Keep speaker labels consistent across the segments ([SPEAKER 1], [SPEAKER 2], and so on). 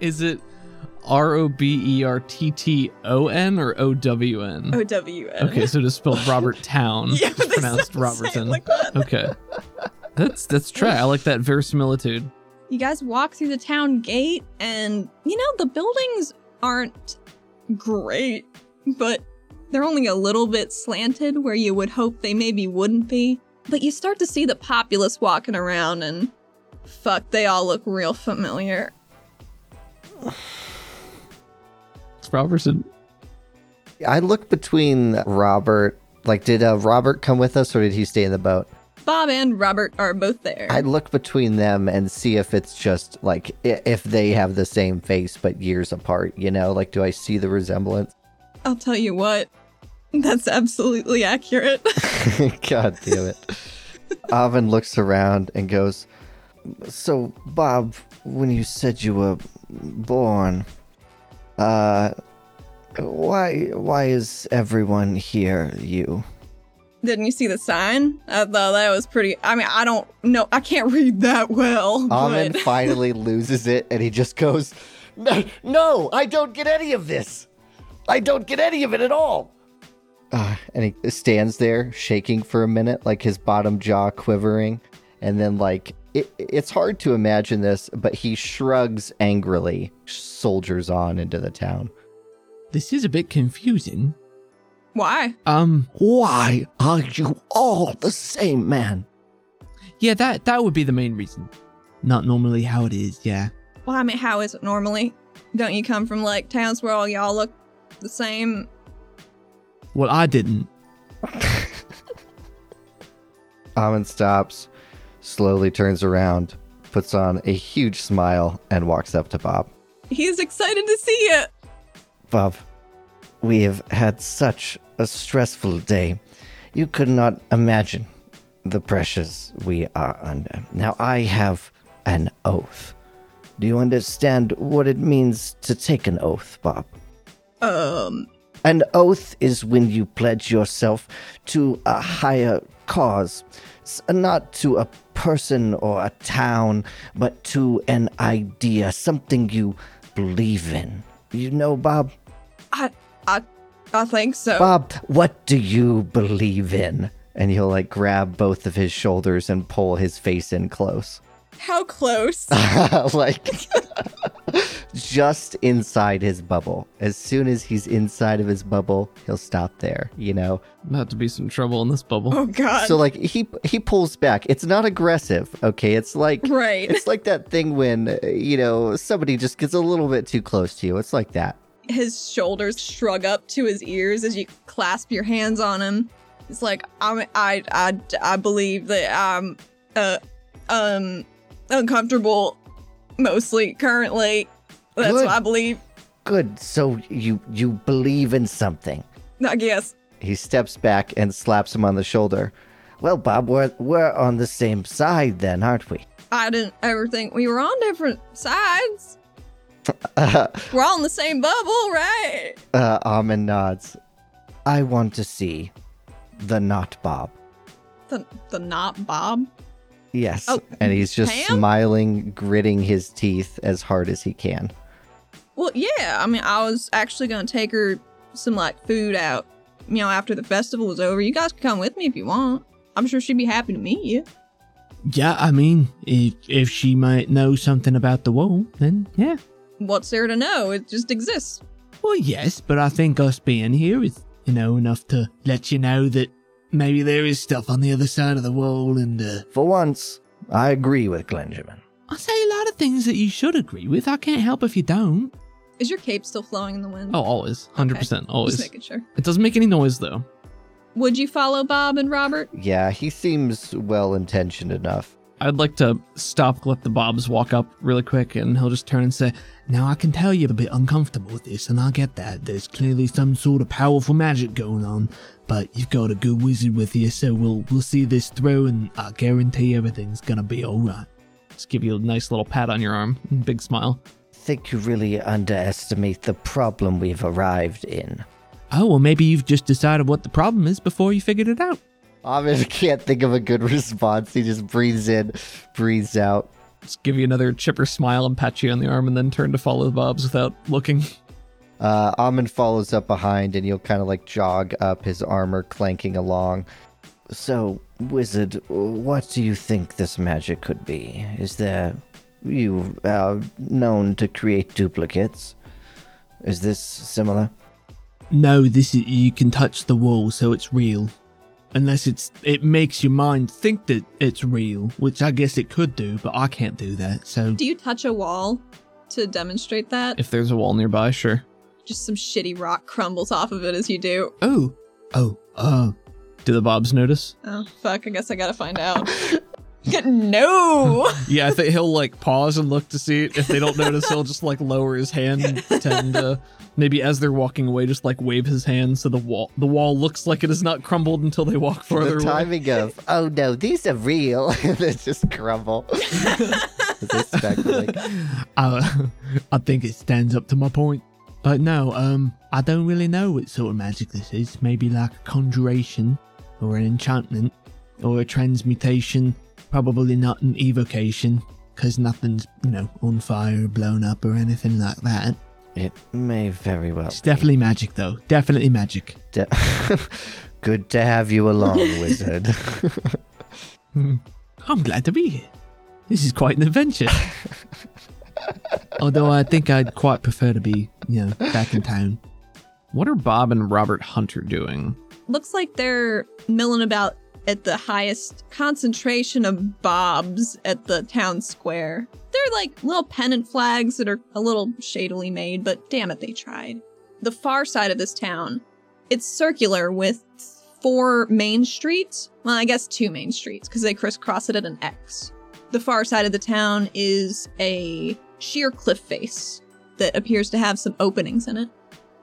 [SPEAKER 1] Is it R O B E R T T O N or O W N?
[SPEAKER 2] O W N.
[SPEAKER 1] Okay, so just spelled Robert Town.
[SPEAKER 2] Yeah,
[SPEAKER 1] just
[SPEAKER 2] they sound the
[SPEAKER 1] pronounced
[SPEAKER 2] same
[SPEAKER 1] Robertson.
[SPEAKER 2] Like that.
[SPEAKER 1] Okay. That's that's try. I like that verisimilitude.
[SPEAKER 2] You guys walk through the town gate, and you know, the buildings aren't great, but they're only a little bit slanted where you would hope they maybe wouldn't be. But you start to see the populace walking around, and fuck, they all look real familiar.
[SPEAKER 1] It's Robertson.
[SPEAKER 3] I looked between Robert. Like, did uh, Robert come with us or did he stay in the boat?
[SPEAKER 2] Bob and Robert are both there.
[SPEAKER 3] I look between them and see if it's just like i- if they have the same face but years apart, you know? Like, do I see the resemblance?
[SPEAKER 2] I'll tell you what, that's absolutely accurate.
[SPEAKER 3] God damn it. Avin looks around and goes, So, Bob, when you said you were born, uh, why, why is everyone here you?
[SPEAKER 2] Didn't you see the sign? I thought that was pretty. I mean, I don't know. I can't read that well.
[SPEAKER 3] Avin
[SPEAKER 2] but-
[SPEAKER 3] finally loses it and he just goes, No, no, I don't get any of this. I don't get any of it at all. Uh, and he stands there shaking for a minute, like his bottom jaw quivering. And then, like, it, it's hard to imagine this, but he shrugs angrily, soldiers on into the town.
[SPEAKER 1] This is a bit confusing.
[SPEAKER 2] Why?
[SPEAKER 1] Um
[SPEAKER 3] Why are you all the same man?
[SPEAKER 1] yeah, that that would be the main reason. Not normally how it is, yeah.
[SPEAKER 2] Well, I mean, how is it normally? Don't you come from like towns where all y'all look the same?
[SPEAKER 1] Well, I didn't.
[SPEAKER 3] Amon stops, slowly turns around, puts on a huge smile, and walks up to Bob.
[SPEAKER 2] He's excited to see you.
[SPEAKER 3] Bob, we have had such a stressful day. You could not imagine the pressures we are under. Now, I have an oath. Do you understand what it means to take an oath, Bob?
[SPEAKER 2] Um,
[SPEAKER 3] An oath is when you pledge yourself to a higher cause, S- not to a person or a town, but to an idea, something you believe in. You know, Bob?
[SPEAKER 2] I, I, I think so.
[SPEAKER 3] Bob, what do you believe in? And he'll like grab both of his shoulders and pull his face in close.
[SPEAKER 2] How close?
[SPEAKER 3] like just inside his bubble. As soon as he's inside of his bubble, he'll stop there, you know.
[SPEAKER 1] About to be some trouble in this bubble.
[SPEAKER 2] oh God!
[SPEAKER 3] So like he he pulls back. It's not aggressive, okay? It's like
[SPEAKER 2] right.
[SPEAKER 3] it's like that thing when uh, you know somebody just gets a little bit too close to you. It's like that.
[SPEAKER 2] his shoulders shrug up to his ears as you clasp your hands on him. It's like I'm, I, I, I believe that I'm, uh, um, uncomfortable, mostly currently. That's
[SPEAKER 3] Good.
[SPEAKER 2] what I believe.
[SPEAKER 3] Good. So you you believe in something.
[SPEAKER 2] I guess.
[SPEAKER 3] He steps back and slaps him on the shoulder. Well, Bob, we're, we're on the same side then, aren't we?
[SPEAKER 2] I didn't ever think we were on different sides. We're all in the same bubble, right?
[SPEAKER 3] Uh, Amon nods. I want to see the not Bob.
[SPEAKER 2] The the not Bob.
[SPEAKER 3] Yes.
[SPEAKER 2] Oh,
[SPEAKER 3] and he's just
[SPEAKER 2] Pam?
[SPEAKER 3] smiling, gritting his teeth as hard as he can.
[SPEAKER 2] Well, yeah. I mean, I was actually gonna take her some like food out, you know, after the festival was over. You guys can come with me if you want. I'm sure she'd be happy to meet you.
[SPEAKER 1] Yeah, I mean, if if she might know something about the wall, then yeah.
[SPEAKER 2] What's there to know? It just exists.
[SPEAKER 1] Well, yes, but I think us being here is, you know, enough to let you know that maybe there is stuff on the other side of the wall, and uh,
[SPEAKER 3] For once, I agree with Glenjamin.
[SPEAKER 1] I say a lot of things that you should agree with. I can't help if you don't.
[SPEAKER 2] Is your cape still flowing in the wind?
[SPEAKER 1] Oh, always, hundred percent,
[SPEAKER 2] just
[SPEAKER 1] always.
[SPEAKER 2] making sure.
[SPEAKER 1] It doesn't make any noise though.
[SPEAKER 2] Would you follow Bob and Robert?
[SPEAKER 3] Yeah, he seems well intentioned enough.
[SPEAKER 1] I'd like to stop, let the Bobs walk up really quick, and he'll just turn and say, Now I can tell you're a bit uncomfortable with this, and I get that. There's clearly some sort of powerful magic going on, but you've got a good wizard with you, so we'll we'll see this through, and I guarantee everything's gonna be alright. Just give you a nice little pat on your arm, and big smile.
[SPEAKER 3] Think you really underestimate the problem we've arrived in.
[SPEAKER 1] Oh, well, maybe you've just decided what the problem is before you figured it out.
[SPEAKER 3] Amon can't think of a good response. He just breathes in, breathes out.
[SPEAKER 1] Just give you another chipper smile and pat you on the arm and then turn to follow the Bobs without looking.
[SPEAKER 3] Uh, Amon follows up behind, and you'll kind of like jog up, his armor clanking along. So, wizard, what do you think this magic could be? Is there. You are known to create duplicates. Is this similar?
[SPEAKER 1] No, this is you can touch the wall, so it's real. Unless it's it makes your mind think that it's real, which I guess it could do, but I can't do that. So
[SPEAKER 2] Do you touch a wall to demonstrate that?
[SPEAKER 1] if there's a wall nearby, sure.
[SPEAKER 2] Just some shitty rock crumbles off of it as you do.
[SPEAKER 1] Oh, oh, oh. Do the Bobs notice?
[SPEAKER 2] Oh, fuck. I guess I gotta find out. no!
[SPEAKER 1] Yeah, I think he'll like pause and look to see if they don't notice. He'll just like lower his hand and pretend uh, maybe as they're walking away, just like wave his hand so the wall the wall looks like it has not crumbled until they walk farther
[SPEAKER 3] the
[SPEAKER 1] away.
[SPEAKER 3] timing of, oh no, these are real. they just crumble. they stack, like,
[SPEAKER 1] I, I think it stands up to my point. But no, um, I don't really know what sort of magic this is. Maybe like a conjuration, or an enchantment, or a transmutation. Probably not an evocation, because nothing's, you know, on fire, blown up, or anything like that.
[SPEAKER 3] it may very well.
[SPEAKER 1] It's definitely magic, though. Definitely magic.
[SPEAKER 3] De- Good to have you along, wizard.
[SPEAKER 1] I'm glad to be here. This is quite an adventure. Although I think I'd quite prefer to be, you know, back in town. What are Bob and Robert Hunter doing?
[SPEAKER 2] Looks like they're milling about at the highest concentration of bobs at the town square. They're like little pennant flags that are a little shadily made, but damn it, they tried. The far side of this town, it's circular with four main streets. Well, I guess two main streets because they crisscross it at an X. The far side of the town is a sheer cliff face that appears to have some openings in it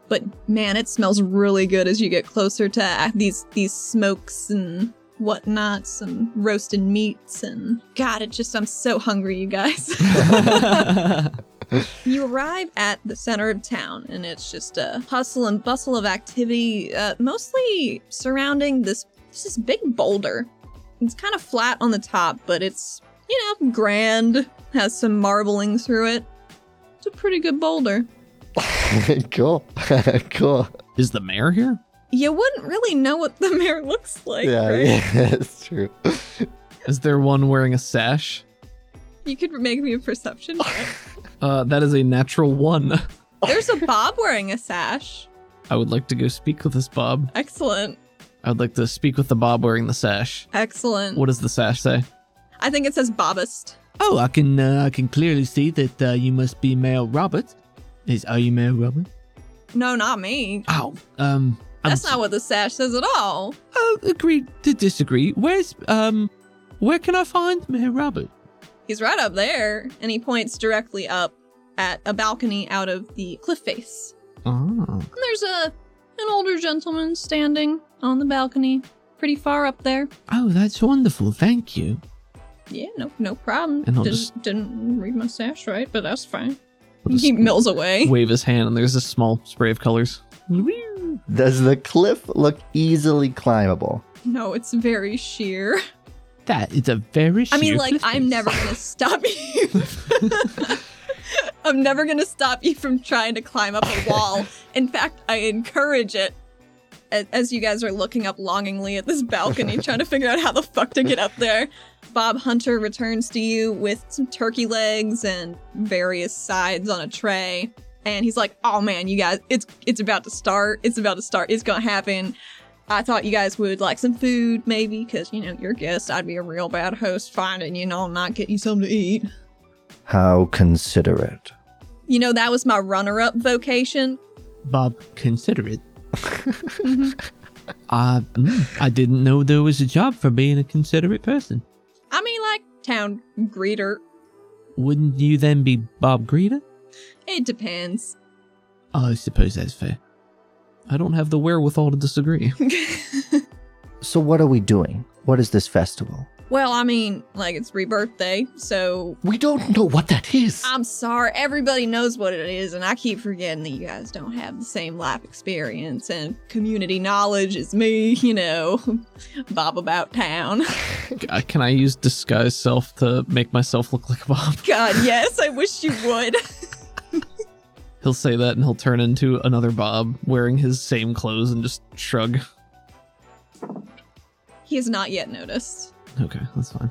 [SPEAKER 2] but man, it smells really good as you get closer to uh, these these smokes and whatnots and roasted meats and God, it just I'm so hungry, you guys. you arrive at the center of town, and it's just a hustle and bustle of activity, uh, mostly surrounding this this is big boulder. It's kind of flat on the top, but it's you know grand, has some marbling through it. It's a pretty good boulder.
[SPEAKER 3] cool. cool.
[SPEAKER 1] Is the mayor here?
[SPEAKER 2] you wouldn't really know what the mayor looks like.
[SPEAKER 3] Yeah,
[SPEAKER 2] right?
[SPEAKER 3] yeah, that's true.
[SPEAKER 1] Is there one wearing a sash?
[SPEAKER 2] You could make me a perception. check.
[SPEAKER 1] Uh, that is a natural one.
[SPEAKER 2] There's a Bob wearing a sash.
[SPEAKER 1] I would like to go speak with this Bob.
[SPEAKER 2] Excellent.
[SPEAKER 1] I would like to speak with the Bob wearing the sash.
[SPEAKER 2] Excellent.
[SPEAKER 1] What does the sash say?
[SPEAKER 2] I think it says Bobist.
[SPEAKER 1] Oh, I can uh, I can clearly see that uh, you must be Mayor Robert. Is are you Mayor Robert?
[SPEAKER 2] No, not me.
[SPEAKER 1] Oh, um, I'm
[SPEAKER 2] That's not what the sash says at all.
[SPEAKER 1] Oh, agree to disagree. Where's um, where can I find Mayor Robert?
[SPEAKER 2] He's right up there, and he points directly up at a balcony out of the cliff face.
[SPEAKER 1] Oh,
[SPEAKER 2] And there's a an older gentleman standing on the balcony, pretty far up there.
[SPEAKER 1] oh, that's wonderful. Thank you.
[SPEAKER 2] Yeah, no, no problem.
[SPEAKER 1] And I'll
[SPEAKER 2] Didn't,
[SPEAKER 1] just-
[SPEAKER 2] didn't read my sash right, but that's fine.
[SPEAKER 1] I'll just
[SPEAKER 2] He mills away.
[SPEAKER 1] wave his hand, and there's a small spray of colors.
[SPEAKER 3] Does the cliff look easily climbable?
[SPEAKER 2] No, it's very sheer.
[SPEAKER 1] That is a very.
[SPEAKER 2] I mean,
[SPEAKER 1] sheer
[SPEAKER 2] like,
[SPEAKER 1] cliff
[SPEAKER 2] I'm
[SPEAKER 1] face.
[SPEAKER 2] never gonna stop you. I'm never gonna stop you from trying to climb up a wall. In fact, I encourage it. A- As you guys are looking up longingly at this balcony, trying to figure out how the fuck to get up there, Bob Hunter returns to you with some turkey legs and various sides on a tray. And he's like, "Oh man, you guys, it's it's about to start. It's about to start. It's gonna happen." I thought you guys would like some food, maybe, because, you know, you're guests. I'd be a real bad host finding you know, not getting you something to eat.
[SPEAKER 3] How considerate.
[SPEAKER 2] You know, that was my runner up vocation.
[SPEAKER 1] Bob, consider it. uh, mm, I didn't know there was a job for being a considerate person.
[SPEAKER 2] I mean, like, town greeter.
[SPEAKER 1] Wouldn't you then be Bob Greeter? Oh,
[SPEAKER 2] It depends.
[SPEAKER 1] I suppose that's fair. I don't have the wherewithal to disagree.
[SPEAKER 3] So, what are we doing? What is this festival?
[SPEAKER 2] Well, I mean, like it's rebirth day, so
[SPEAKER 3] We don't know what that is.
[SPEAKER 2] I'm sorry. Everybody knows what it is, and I keep forgetting that you guys don't have the same life experience and community knowledge as me, you know, Bob about town.
[SPEAKER 1] Uh, Can I use disguise self to make myself look like Bob?
[SPEAKER 2] God, yes, I wish you would.
[SPEAKER 1] He'll say that and he'll turn into another Bob wearing his same clothes and just shrug.
[SPEAKER 2] He has not yet noticed.
[SPEAKER 1] Okay, that's fine.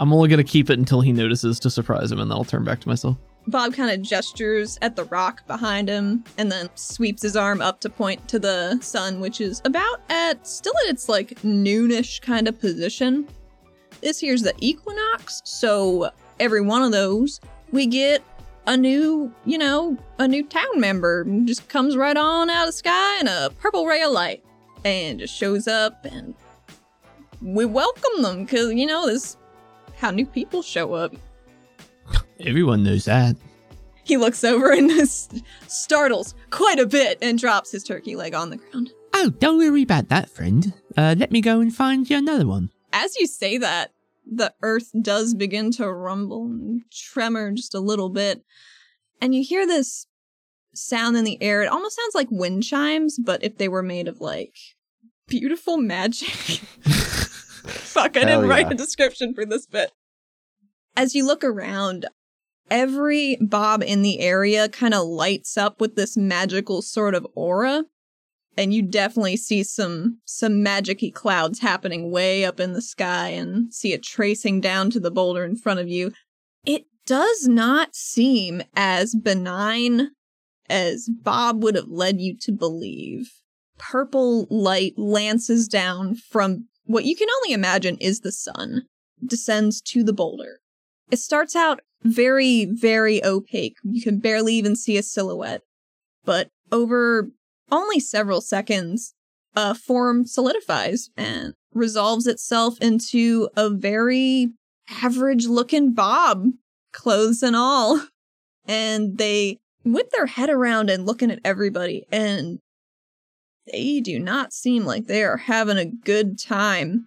[SPEAKER 1] I'm only gonna keep it until he notices to surprise him, and then I'll turn back to myself.
[SPEAKER 2] Bob kind of gestures at the rock behind him and then sweeps his arm up to point to the sun, which is about at still at its like noonish kind of position. This here's the equinox, so every one of those we get a new, you know, a new town member just comes right on out of the sky in a purple ray of light and just shows up and we welcome them because you know this is how new people show up
[SPEAKER 1] Everyone knows that.
[SPEAKER 2] he looks over and s- startles quite a bit and drops his turkey leg on the ground.
[SPEAKER 1] Oh, don't worry about that, friend. Uh, let me go and find you another one.
[SPEAKER 2] As you say that, the earth does begin to rumble and tremor just a little bit. And you hear this sound in the air. It almost sounds like wind chimes, but if they were made of like beautiful magic. Fuck, I
[SPEAKER 3] Hell
[SPEAKER 2] didn't write
[SPEAKER 3] yeah.
[SPEAKER 2] a description for this bit. As you look around, every bob in the area kind of lights up with this magical sort of aura and you definitely see some some magicy clouds happening way up in the sky and see it tracing down to the boulder in front of you it does not seem as benign as bob would have led you to believe purple light lances down from what you can only imagine is the sun descends to the boulder it starts out very, very opaque. You can barely even see a silhouette. But over only several seconds, a form solidifies and resolves itself into a very average looking Bob, clothes and all. And they whip their head around and looking at everybody, and they do not seem like they are having a good time.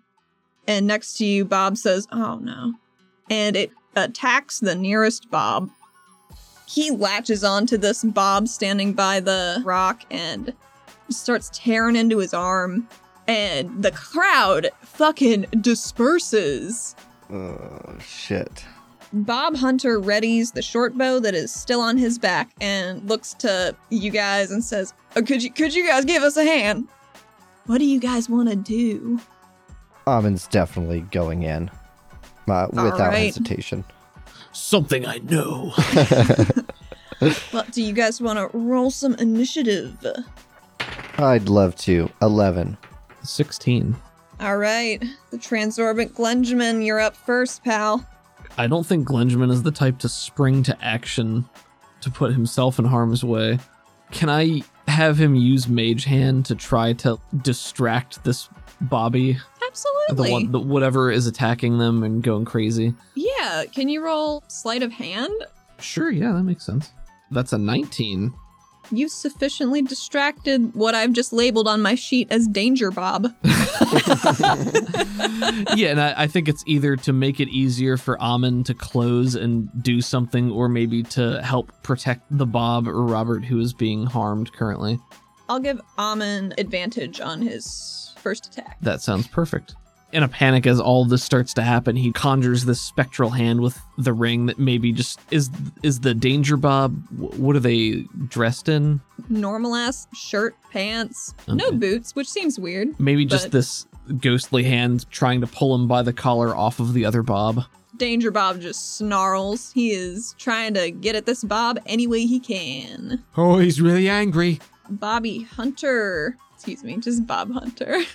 [SPEAKER 2] And next to you, Bob says, Oh no and it attacks the nearest Bob. He latches onto this Bob standing by the rock and starts tearing into his arm. And the crowd fucking disperses.
[SPEAKER 3] oh, shit.
[SPEAKER 2] Bob Hunter readies the short bow that is still on his back and looks to you guys and says, oh, "Could you could you guys give us a hand? What do you guys want to do?"
[SPEAKER 3] Amin's definitely going in uh, without
[SPEAKER 2] right.
[SPEAKER 3] hesitation.
[SPEAKER 1] Something I know.
[SPEAKER 2] But do you guys want to roll some initiative?
[SPEAKER 3] I'd love to. 11.
[SPEAKER 1] 16.
[SPEAKER 2] All right, the transorbit Glenjamin, you're up first, pal.
[SPEAKER 1] I don't think Glenjamin is the type to spring to action to put himself in harm's way. Can I have him use Mage Hand to try to distract this Bobby, the
[SPEAKER 2] Absolutely.
[SPEAKER 1] one, the, whatever is attacking them and going crazy?
[SPEAKER 2] yeah, can you roll sleight of hand?
[SPEAKER 1] Sure, yeah, that makes sense. That's a 19.
[SPEAKER 2] You sufficiently distracted what I've just labeled on my sheet as Danger Bob.
[SPEAKER 1] yeah, and I, I think it's either to make it easier for Amon to close and do something, or maybe to help protect the Bob or Robert who is being harmed currently.
[SPEAKER 2] I'll give Amon advantage on his first attack.
[SPEAKER 1] That sounds perfect. In a panic, as all this starts to happen, he conjures this spectral hand with the ring that maybe just is is the danger bob. Wh- What are they dressed in?
[SPEAKER 2] Normal ass shirt, pants, no
[SPEAKER 1] Okay.
[SPEAKER 2] boots, which seems weird.
[SPEAKER 1] Maybe just
[SPEAKER 2] But-
[SPEAKER 1] this ghostly hand trying to pull him by the collar off of the other bob.
[SPEAKER 2] Danger Bob just snarls. He is trying to get at this Bob any way he can.
[SPEAKER 1] Oh, he's really angry.
[SPEAKER 2] Bobby Hunter. Excuse me, just Bob Hunter.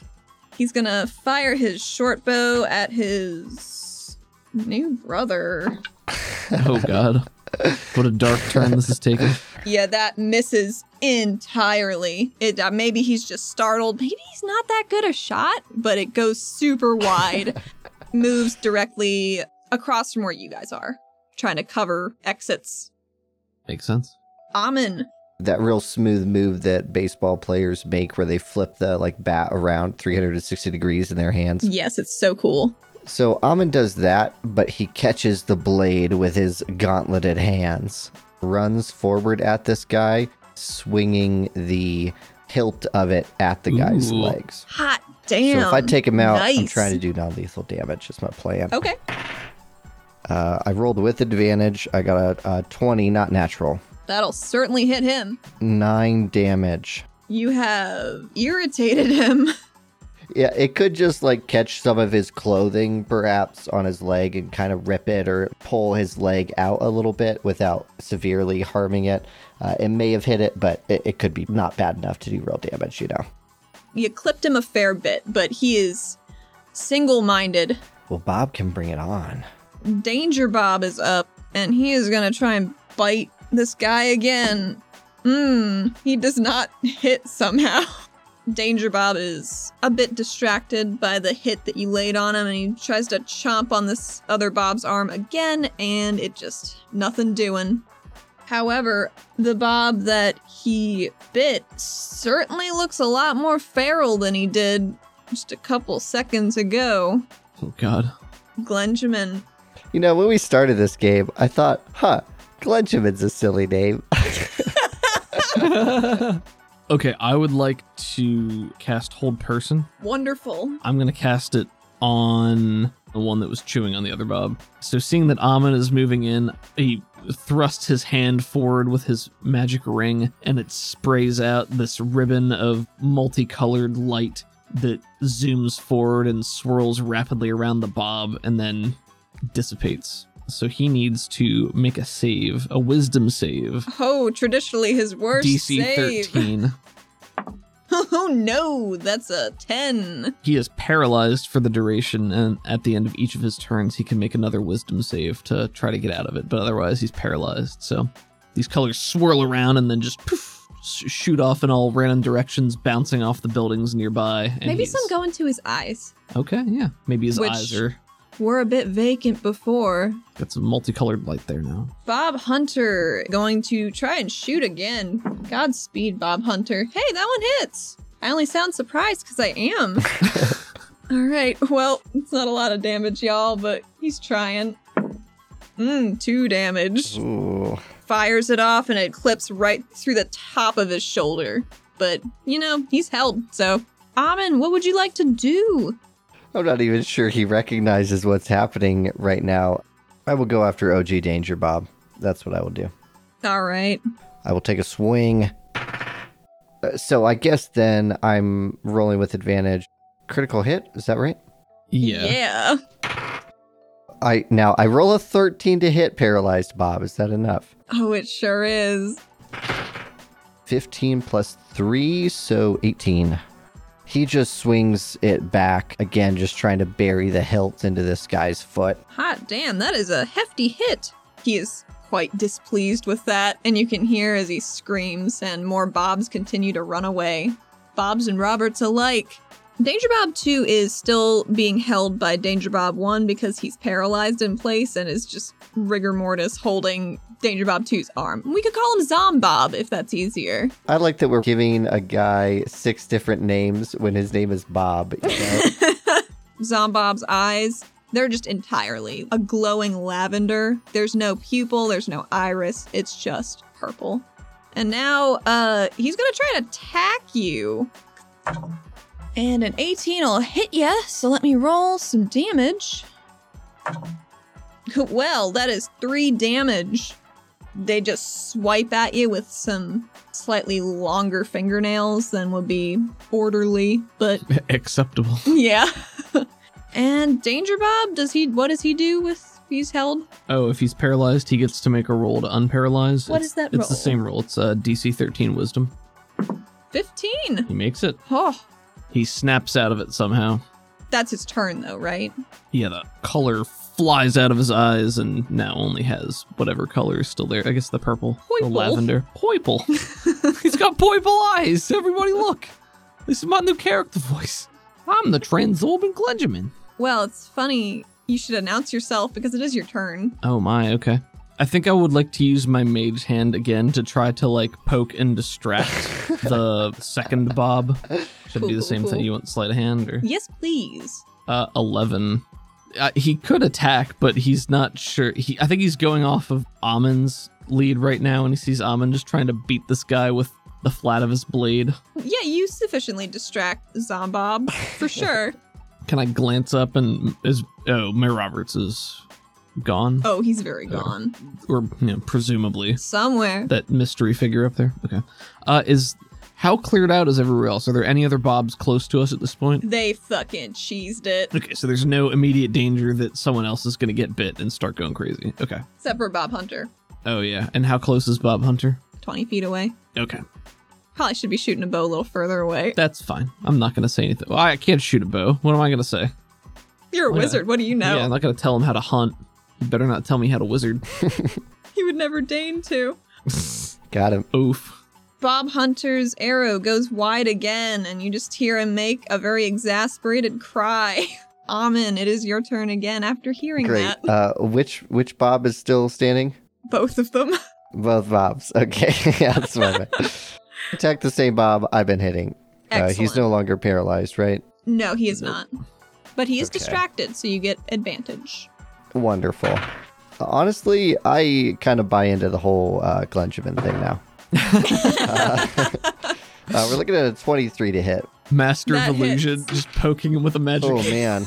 [SPEAKER 2] He's gonna fire his short bow at his new brother.
[SPEAKER 1] Oh God, what a dark turn this is taking.
[SPEAKER 2] Yeah, that misses entirely. It uh, maybe he's just startled. Maybe he's not that good a shot, but it goes super wide, moves directly across from where you guys are, trying to cover exits.
[SPEAKER 1] Makes sense.
[SPEAKER 2] Amen.
[SPEAKER 3] That real smooth move that baseball players make where they flip the like bat around 360 degrees in their hands.
[SPEAKER 2] Yes, it's so cool.
[SPEAKER 3] So Amon does that, but he catches the blade with his gauntleted hands, runs forward at this guy, swinging the hilt of it at the guy's
[SPEAKER 1] Ooh.
[SPEAKER 3] legs.
[SPEAKER 2] Hot damn.
[SPEAKER 3] So if I take him out, I'm
[SPEAKER 2] Nice.
[SPEAKER 3] trying to do non-lethal damage. Is my plan.
[SPEAKER 2] Okay.
[SPEAKER 3] Uh, I rolled with advantage. I got a, a 20, not natural.
[SPEAKER 2] That'll certainly hit him.
[SPEAKER 3] Nine damage.
[SPEAKER 2] You have irritated him.
[SPEAKER 3] Yeah, it could just like catch some of his clothing, perhaps, on his leg and kind of rip it or pull his leg out a little bit without severely harming it. Uh, it may have hit it, but it, it could be not bad enough to do real damage, you know.
[SPEAKER 2] You clipped him a fair bit, but he is single minded.
[SPEAKER 3] Well, Bob can bring it on.
[SPEAKER 2] Danger Bob is up, and he is gonna try and bite this guy again. Mmm, he does not hit somehow. Danger Bob is a bit distracted by the hit that you laid on him, and he tries to chomp on this other Bob's arm again, and it just nothing doing. However, the Bob that he bit certainly looks a lot more feral than he did just a couple seconds ago.
[SPEAKER 1] Oh god.
[SPEAKER 2] Glenjamin
[SPEAKER 3] You know, when we started this game, I thought, huh, Glenchamin's a silly name.
[SPEAKER 1] Okay, I would like to cast Hold Person.
[SPEAKER 2] Wonderful.
[SPEAKER 1] I'm going to cast it on the one that was chewing on the other Bob. So, seeing that Amon is moving in, he thrusts his hand forward with his magic ring, and it sprays out this ribbon of multicolored light that zooms forward and swirls rapidly around the Bob and then dissipates. So, he needs to make a save, a wisdom save.
[SPEAKER 2] Oh, traditionally his worst
[SPEAKER 1] DC
[SPEAKER 2] save.
[SPEAKER 1] 13.
[SPEAKER 2] oh no, that's a 10.
[SPEAKER 1] He is paralyzed for the duration, and at the end of each of his turns, he can make another wisdom save to try to get out of it, but otherwise, he's paralyzed. So these colors swirl around and then just poof, sh- shoot off in all random directions, bouncing off the buildings nearby. And
[SPEAKER 2] Maybe
[SPEAKER 1] he's-
[SPEAKER 2] some go into his eyes.
[SPEAKER 1] Okay, yeah. Maybe his
[SPEAKER 2] Which-
[SPEAKER 1] eyes are.
[SPEAKER 2] Were a bit vacant before.
[SPEAKER 1] Got some multicolored light there now.
[SPEAKER 2] Bob Hunter going to try and shoot again. Godspeed, Bob Hunter. Hey, that one hits. I only sound surprised because I am. All right, well, it's not a lot of damage, y'all, but he's trying. Mmm, two damage.
[SPEAKER 3] Ooh.
[SPEAKER 2] fires it off and it clips right through the top of his shoulder. But, you know, he's held, so. Amin, what would you like to do?
[SPEAKER 3] I'm not even sure he recognizes what's happening right now. I will go after OG Danger Bob. That's what I will do.
[SPEAKER 2] All right.
[SPEAKER 3] I will take a swing. Uh, So I guess then I'm rolling with advantage. Critical hit, is that right?
[SPEAKER 1] Yeah.
[SPEAKER 2] Yeah.
[SPEAKER 3] I now I roll a 13 to hit paralyzed Bob. Is that enough?
[SPEAKER 2] Oh, it sure is.
[SPEAKER 3] 15 plus 3, so 18. He just swings it back again just trying to bury the hilt into this guy's foot.
[SPEAKER 2] Hot damn, that is a hefty hit. He is quite displeased with that, and you can hear as he screams and more Bobs continue to run away. Bobs and Roberts alike. Danger Bob 2 is still being held by Danger Bob 1 because he's paralyzed in place and is just rigor mortis holding Danger Bob 2's arm. We could call him Zombob if that's easier.
[SPEAKER 3] I like that we're giving a guy six different names when his name is Bob. you know?
[SPEAKER 2] Zombob's eyes, they're just entirely a glowing lavender. There's no pupil, there's no iris, it's just purple. And now uh he's going to try and attack you. And an 18 will hit ya, so let me roll some damage. Well, that is 3 damage. They just swipe at you with some slightly longer fingernails than would be orderly, but
[SPEAKER 1] Acceptable.
[SPEAKER 2] yeah. and Danger Bob, does he what does he do with he's held?
[SPEAKER 1] Oh, if he's paralyzed, he gets to make a roll to unparalyze.
[SPEAKER 2] What
[SPEAKER 1] It's-
[SPEAKER 2] is that
[SPEAKER 1] It's the
[SPEAKER 2] roll?
[SPEAKER 1] same roll. It's uh, DC 13 Wisdom.
[SPEAKER 2] 15.
[SPEAKER 1] He makes it.
[SPEAKER 2] Oh,
[SPEAKER 1] He snaps out of it somehow.
[SPEAKER 2] that's his turn though, right?
[SPEAKER 1] Yeah, the color flies out of his eyes and now only has whatever color is still there. I guess the purple, the
[SPEAKER 2] Poiple.
[SPEAKER 1] lavender. Poiple. He's got poiple eyes. Everybody look. This is my new character voice. I'm the Transorban Glenjamin.
[SPEAKER 2] Well, it's funny you should announce yourself because it is your turn.
[SPEAKER 1] Oh my, okay. I think I would like to use my mage hand again to try to like poke and distract the second Bob. Should I do
[SPEAKER 2] Cool,
[SPEAKER 1] the same
[SPEAKER 2] cool,
[SPEAKER 1] thing.
[SPEAKER 2] cool.
[SPEAKER 1] You want sleight of hand or
[SPEAKER 2] Yes, please.
[SPEAKER 1] uh, eleven? uh, he could attack, but he's not sure. He, I think he's going off of Amin's lead right now, and he sees Amin just trying to beat this guy with the flat of his blade.
[SPEAKER 2] Yeah, you sufficiently distract Zombob for sure.
[SPEAKER 1] Can I glance up and is oh Mayor Roberts is gone
[SPEAKER 2] Oh, he's very gone.
[SPEAKER 1] or you know presumably
[SPEAKER 2] Somewhere.
[SPEAKER 1] that mystery figure up there. Okay, uh, is how cleared out is everywhere else? Are there any other Bobs close to us at this point?
[SPEAKER 2] They fucking cheesed it.
[SPEAKER 1] Okay, so there's no immediate danger that someone else is going to get bit and start going crazy. Okay.
[SPEAKER 2] Except for Bob Hunter.
[SPEAKER 1] Oh yeah, and how close is Bob Hunter?
[SPEAKER 2] 20 feet away.
[SPEAKER 1] Okay,
[SPEAKER 2] Probably should be shooting a bow a little further away.
[SPEAKER 1] that's fine. I'm not going to say anything. Well, I can't shoot a bow. What am I going to say?
[SPEAKER 2] You're a
[SPEAKER 1] oh, yeah.
[SPEAKER 2] wizard. What do you know?
[SPEAKER 1] Yeah, I'm not going to tell him how to hunt. You better not tell me how to wizard.
[SPEAKER 2] He would never deign to.
[SPEAKER 3] Got him.
[SPEAKER 1] Oof.
[SPEAKER 2] Bob Hunter's arrow goes wide again, and you just hear him make a very exasperated cry. Amen. It is your turn again after hearing
[SPEAKER 3] Great.
[SPEAKER 2] that.
[SPEAKER 3] Uh, which which Bob is still standing?
[SPEAKER 2] Both of them.
[SPEAKER 3] Both Bobs. Okay, yeah, that's what I meant. Attack the same Bob I've been hitting. Uh, he's
[SPEAKER 2] Excellent.
[SPEAKER 3] no longer paralyzed, right?
[SPEAKER 2] No, he is not. But he is
[SPEAKER 3] Okay.
[SPEAKER 2] distracted, so you get advantage.
[SPEAKER 3] Wonderful. Honestly, I kind of buy into the whole uh, Glenjamin thing now. uh, uh, we're looking at a 23 to hit.
[SPEAKER 1] Master
[SPEAKER 2] That
[SPEAKER 1] of illusion,
[SPEAKER 2] hits.
[SPEAKER 1] just poking him with a magic.
[SPEAKER 3] Oh, man.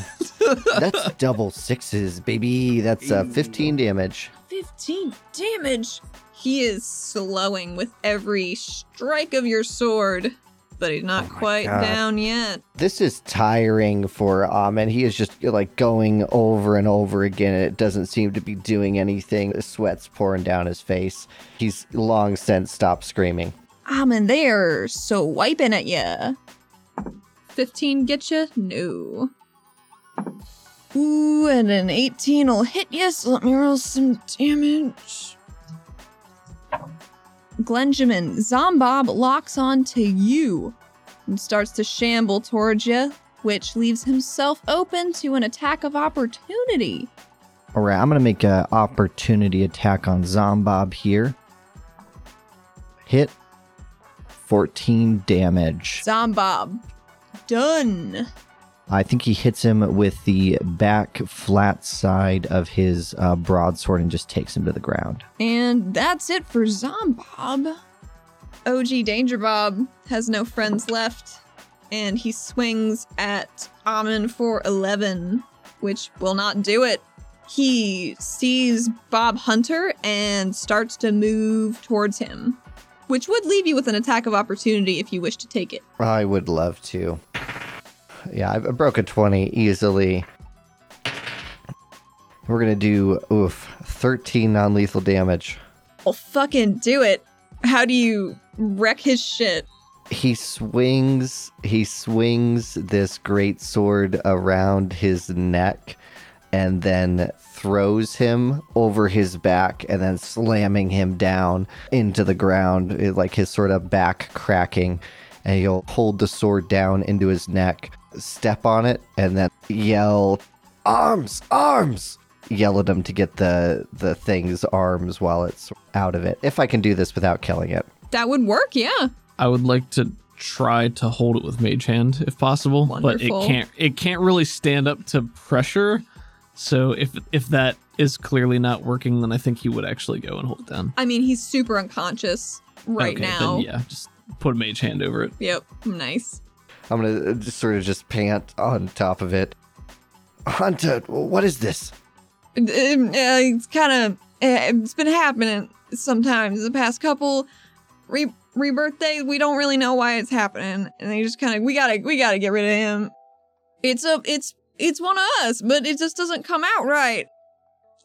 [SPEAKER 3] That's double sixes, baby. That's uh, 15 damage.
[SPEAKER 2] 15 damage. He is slowing with every strike of your sword, but he's not quite
[SPEAKER 3] Oh God.
[SPEAKER 2] down yet.
[SPEAKER 3] This is tiring for Amen. He is just like going over and over again. and It doesn't seem to be doing anything. The sweat's pouring down his face. He's long since stopped screaming.
[SPEAKER 2] Amen, they are so wiping at ya. 15 get ya? No. Ooh, and an 18 will hit ya, so let me roll some damage. Glenjamin, Zombob locks on to you and starts to shamble towards you, which leaves himself open to an attack of opportunity.
[SPEAKER 3] All right, I'm going to make an opportunity attack on Zombob here. Hit 14 damage.
[SPEAKER 2] Zombob, done.
[SPEAKER 3] I think he hits him with the back flat side of his uh, broadsword and just takes him to the ground.
[SPEAKER 2] And that's it for Zombob. OG Danger Bob has no friends left, and he swings at Amin for 11, which will not do it. He sees Bob Hunter and starts to move towards him, which would leave you with an attack of opportunity if you wish to take it.
[SPEAKER 3] I would love to. Yeah, I I broke a 20 easily. We're going to do, oof, 13 non lethal damage.
[SPEAKER 2] Well, fucking do it. How do you wreck his shit?
[SPEAKER 3] he swings he swings this great sword around his neck and then throws him over his back and then slamming him down into the ground it- like his sort of back cracking and he'll hold the sword down into his neck step on it and then yell arms arms yell at him to get the the thing's arms while it's out of it if i can do this without killing it
[SPEAKER 2] That would work, yeah.
[SPEAKER 1] I would like to try to hold it with mage hand if possible, but
[SPEAKER 2] Wonderful.
[SPEAKER 1] it can't. It can't really stand up to pressure. So if if that is clearly not working, then I think he would actually go and hold it down
[SPEAKER 2] I mean, he's super unconscious right
[SPEAKER 1] okay,
[SPEAKER 2] now.
[SPEAKER 1] Then yeah, just put a mage hand over it.
[SPEAKER 2] Yep, nice.
[SPEAKER 3] I'm gonna uh, just sort of just pant on top of it. Hunter, what is this?
[SPEAKER 2] Um, uh, it's kind of it's been happening sometimes the past couple re rebirth days. We don't really know why it's happening, and they just kind of we gotta we gotta get rid of him. It's a it's it's one of us, but it just doesn't come out right.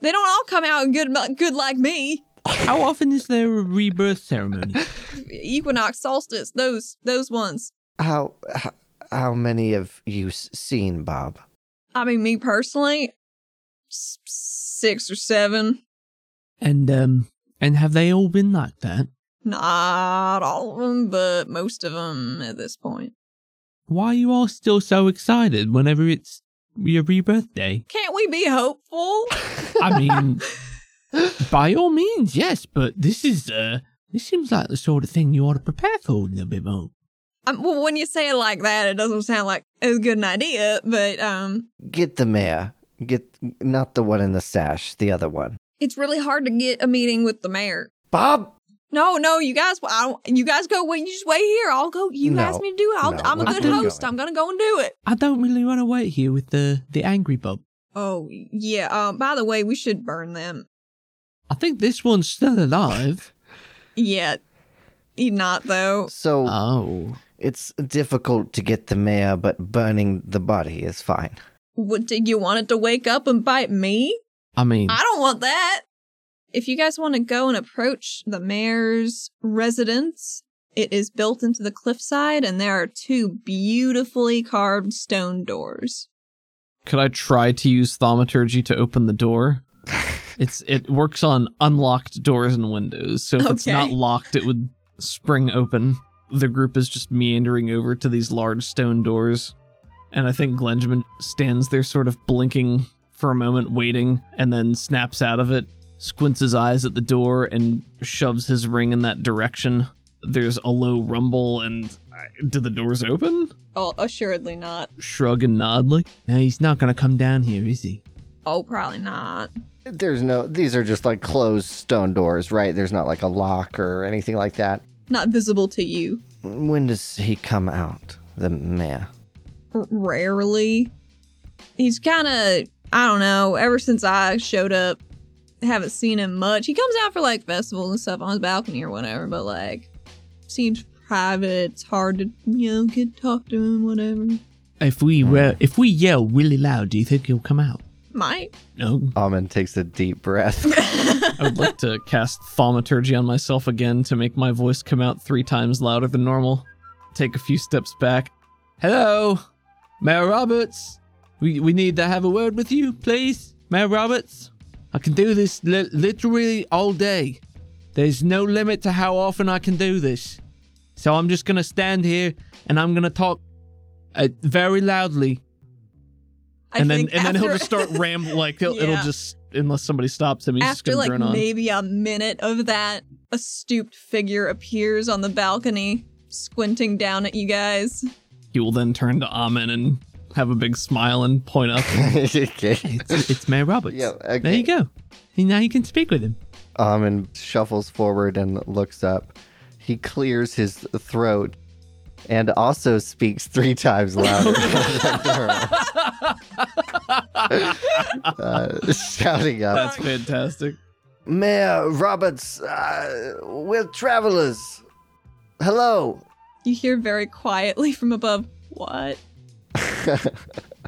[SPEAKER 2] They don't all come out good good like me.
[SPEAKER 1] How often is there a rebirth ceremony?
[SPEAKER 2] Equinox, solstice, those those ones.
[SPEAKER 3] How how, how many have you s- seen, Bob?
[SPEAKER 2] I mean, me personally, s- six or seven.
[SPEAKER 1] and um, and have they all been like that?
[SPEAKER 2] Not all of them, but most of them at this point.
[SPEAKER 1] Why are you all still so excited whenever it's your rebirth day?
[SPEAKER 2] Can't we be hopeful?
[SPEAKER 1] I mean, by all means, yes, but this is uh, this seems like the sort of thing you ought to prepare for a little bit more.
[SPEAKER 2] Um, well, when you say it like that, it doesn't sound like a good an idea, but um,
[SPEAKER 3] Get the mayor. Get not the one in the sash, the other one.
[SPEAKER 2] It's really hard to get a meeting with the mayor.
[SPEAKER 3] Bob,
[SPEAKER 2] No, no, you guys, I don't- you guys go. Wait, you just wait here. I'll go. You
[SPEAKER 3] No.
[SPEAKER 2] asked me to do it. I'll,
[SPEAKER 3] No,
[SPEAKER 2] I'm a
[SPEAKER 3] we're
[SPEAKER 2] good
[SPEAKER 3] still
[SPEAKER 2] host.
[SPEAKER 3] going.
[SPEAKER 2] I'm gonna go and do it.
[SPEAKER 1] I don't really want to wait here with the the angry Bob.
[SPEAKER 2] Oh yeah. Um. By the way, we should burn them.
[SPEAKER 1] I think this one's still alive.
[SPEAKER 2] Yeah. He Not though.
[SPEAKER 3] so
[SPEAKER 4] Uh.
[SPEAKER 1] oh,
[SPEAKER 3] it's difficult to get the mayor, but burning the body is fine.
[SPEAKER 2] What did you want it to wake up and bite me?
[SPEAKER 1] I mean,
[SPEAKER 2] I don't want that. If you guys want to go and approach the mayor's residence, it is built into the cliffside, and there are two beautifully carved stone doors.
[SPEAKER 1] could I try to use thaumaturgy to open the door? It's it works on unlocked doors and windows, so if it's
[SPEAKER 2] Okay.
[SPEAKER 1] not locked, it would spring open. The group is just meandering over to these large stone doors, and I think Glenjamin stands there, sort of blinking for a moment, waiting, and then snaps out of it, squints his eyes at the door, and shoves his ring in that direction. There's a low rumble, and I- do the doors open?
[SPEAKER 2] Oh, assuredly not.
[SPEAKER 1] shrug and nod like, no, he's not gonna come down here, is he?
[SPEAKER 2] Oh, probably not.
[SPEAKER 3] There's no, these are just like closed stone doors, right? There's not like a lock or anything like that.
[SPEAKER 2] Not visible to you.
[SPEAKER 3] When does he come out, the mayor?
[SPEAKER 2] R- rarely. He's kind of, I don't know, ever since I showed up, haven't seen him much. He comes out for like festivals and stuff on his balcony or whatever, but like, seems private. It's hard to, you know, get talk to him, whatever.
[SPEAKER 1] If we were, if we yell really loud, do you think he'll come out?
[SPEAKER 2] Might.
[SPEAKER 1] No.
[SPEAKER 3] Almond takes a deep breath.
[SPEAKER 1] I would like to cast thaumaturgy on myself again to make my voice come out three times louder than normal. Take a few steps back. Hello, Mayor Roberts. We we need to have a word with you, please, Mayor Roberts. I can do this li- literally all day. There's no limit to how often I can do this. So I'm just gonna stand here and I'm gonna talk uh, very loudly
[SPEAKER 2] I
[SPEAKER 1] and then
[SPEAKER 2] think
[SPEAKER 1] and then he'll
[SPEAKER 2] after-
[SPEAKER 1] just start rambling. Like he'll,
[SPEAKER 2] Yeah.
[SPEAKER 1] it'll just unless somebody stops him, he's
[SPEAKER 2] After
[SPEAKER 1] just gonna
[SPEAKER 2] like
[SPEAKER 1] drone on.
[SPEAKER 2] maybe a minute of that, a stooped figure appears on the balcony, squinting down at you guys.
[SPEAKER 1] He will then turn to Amen and have a big smile and point up.
[SPEAKER 3] okay.
[SPEAKER 1] it's, it's Mayor Roberts.
[SPEAKER 3] Yeah,
[SPEAKER 1] There
[SPEAKER 3] okay.
[SPEAKER 1] you go. And now you can speak with him.
[SPEAKER 3] Almond shuffles forward and looks up. He clears his throat and also speaks three times louder. uh, shouting up.
[SPEAKER 1] That's fantastic.
[SPEAKER 3] Mayor Roberts, uh, we're travelers. Hello.
[SPEAKER 2] You hear very quietly from above, what?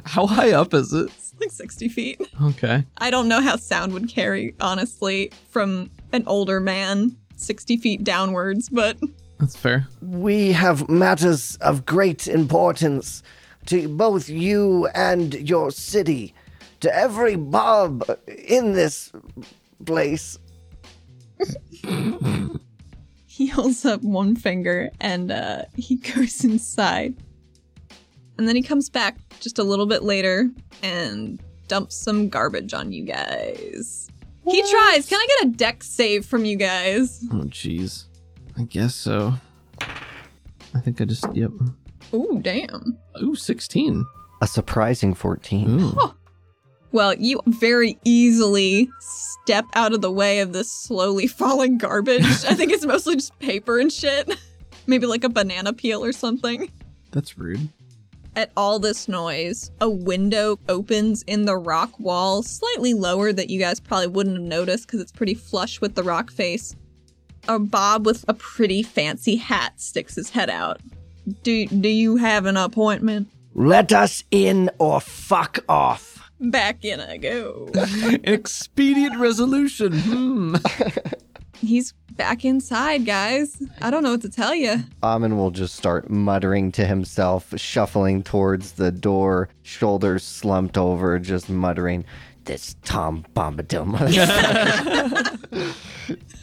[SPEAKER 1] How high up is it?
[SPEAKER 2] It's like 60 feet.
[SPEAKER 1] Okay.
[SPEAKER 2] I don't know how sound would carry, honestly, from an older man 60 feet downwards, but
[SPEAKER 1] That's fair.
[SPEAKER 3] We have matters of great importance to both you and your city, to every bob in this place.
[SPEAKER 2] he holds up one finger and uh, he goes inside. And then he comes back just a little bit later and dumps some garbage on you guys. He tries. Can I get a deck save from you guys?
[SPEAKER 1] Oh, jeez. I guess so. I think I just yep.
[SPEAKER 2] Ooh, damn.
[SPEAKER 1] Ooh, sixteen.
[SPEAKER 3] A surprising 14.
[SPEAKER 1] Ooh.
[SPEAKER 2] Well, you very easily step out of the way of this slowly falling garbage. I think it's mostly just paper and shit. Maybe like a banana peel or something.
[SPEAKER 1] That's rude.
[SPEAKER 2] At all this noise, a window opens in the rock wall, slightly lower that you guys probably wouldn't have noticed because it's pretty flush with the rock face. A bob with a pretty fancy hat sticks his head out. Do do you have an appointment?
[SPEAKER 3] Let us in or fuck off.
[SPEAKER 2] Back in I go.
[SPEAKER 1] Expedient resolution. Hmm.
[SPEAKER 2] He's back inside, guys. I don't know what to tell you.
[SPEAKER 3] Amin will just start muttering to himself, shuffling towards the door, shoulders slumped over, just muttering, This Tom Bombadil.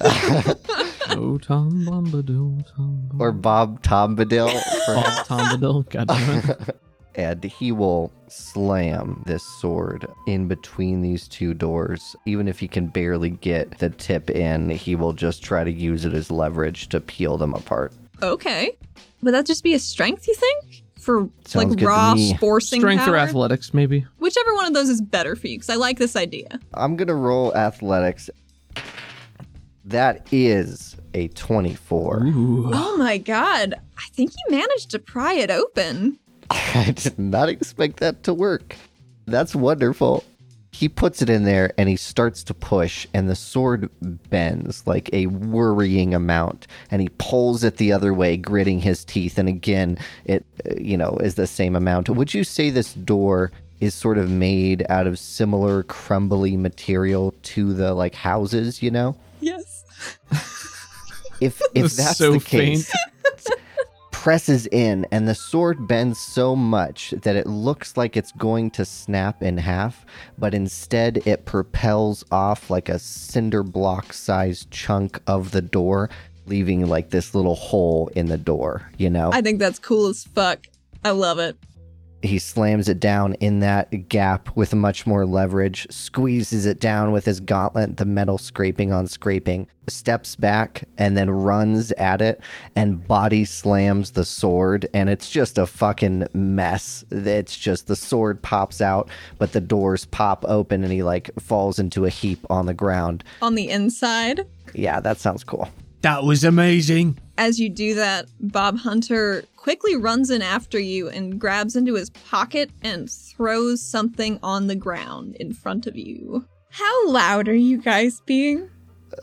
[SPEAKER 1] oh, Tom Bombadil, Tom. Bombadil.
[SPEAKER 3] or Bob Tombadil. perhaps.
[SPEAKER 1] Oh, Tom Bombadil. God damn it.
[SPEAKER 3] and he will slam this sword in between these two doors. Even if he can barely get the tip in, he will just try to use it as leverage to peel them apart.
[SPEAKER 2] Okay. Would that just be a strength, you think? for
[SPEAKER 3] Sounds
[SPEAKER 2] like
[SPEAKER 3] good to
[SPEAKER 2] raw
[SPEAKER 3] me.
[SPEAKER 2] forcing
[SPEAKER 4] Strength
[SPEAKER 2] power.
[SPEAKER 4] or athletics, maybe.
[SPEAKER 2] Whichever one of those is better for you, because I like this idea.
[SPEAKER 3] I'm going to roll athletics. That is a 24.
[SPEAKER 4] Ooh.
[SPEAKER 2] Oh my god, I think you managed to pry it open.
[SPEAKER 3] I did not expect that to work. That's wonderful. He puts it in there and he starts to push, and the sword bends like a worrying amount. And he pulls it the other way, gritting his teeth. And again, it, uh, you know, is the same amount. Would you say this door is sort of made out of similar crumbly material to the like houses, you know?
[SPEAKER 2] Yes.
[SPEAKER 3] If if
[SPEAKER 4] That's
[SPEAKER 3] that's
[SPEAKER 4] so
[SPEAKER 3] the case, presses in, and the sword bends so much that it looks like it's going to snap in half, but instead it propels off like a cinder block sized chunk of the door, leaving like this little hole in the door, you know?
[SPEAKER 2] I think that's cool as fuck. I love it.
[SPEAKER 3] he slams it down in that gap with much more leverage, squeezes it down with his gauntlet, the metal scraping on scraping, steps back and then runs at it and body slams the sword. And it's just a fucking mess. It's just the sword pops out, but the doors pop open and he like falls into a heap on the ground.
[SPEAKER 2] On the inside,
[SPEAKER 3] Yeah, that sounds cool.
[SPEAKER 4] That was amazing.
[SPEAKER 2] as you do that, Bob Hunter quickly runs in after you and grabs into his pocket and throws something on the ground in front of you. How loud are you guys being?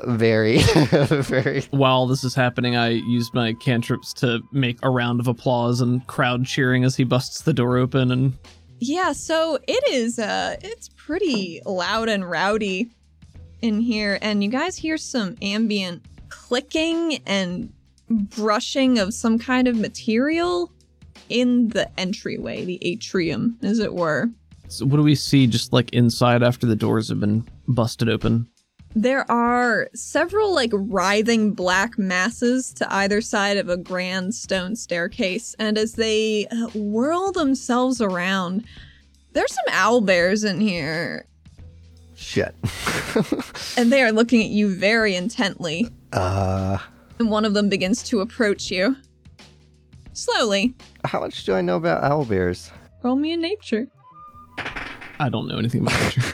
[SPEAKER 3] Very, very
[SPEAKER 4] While this is happening, I used my cantrips to make a round of applause and crowd cheering as he busts the door open and
[SPEAKER 2] Yeah, so it is uh it's pretty loud and rowdy in here and you guys hear some ambient clicking and brushing of some kind of material in the entryway, the atrium as it were.
[SPEAKER 4] So what do we see just like inside after the doors have been busted open?
[SPEAKER 2] There are several like writhing black masses to either side of a grand stone staircase, and as they uh, whirl themselves around, there's some owl bears in here,
[SPEAKER 3] shit.
[SPEAKER 2] and they are looking at you very intently.
[SPEAKER 3] uh,
[SPEAKER 2] And one of them begins to approach you slowly.
[SPEAKER 3] how much do I know about owlbears?
[SPEAKER 2] Roll me in nature.
[SPEAKER 4] I don't know anything about nature.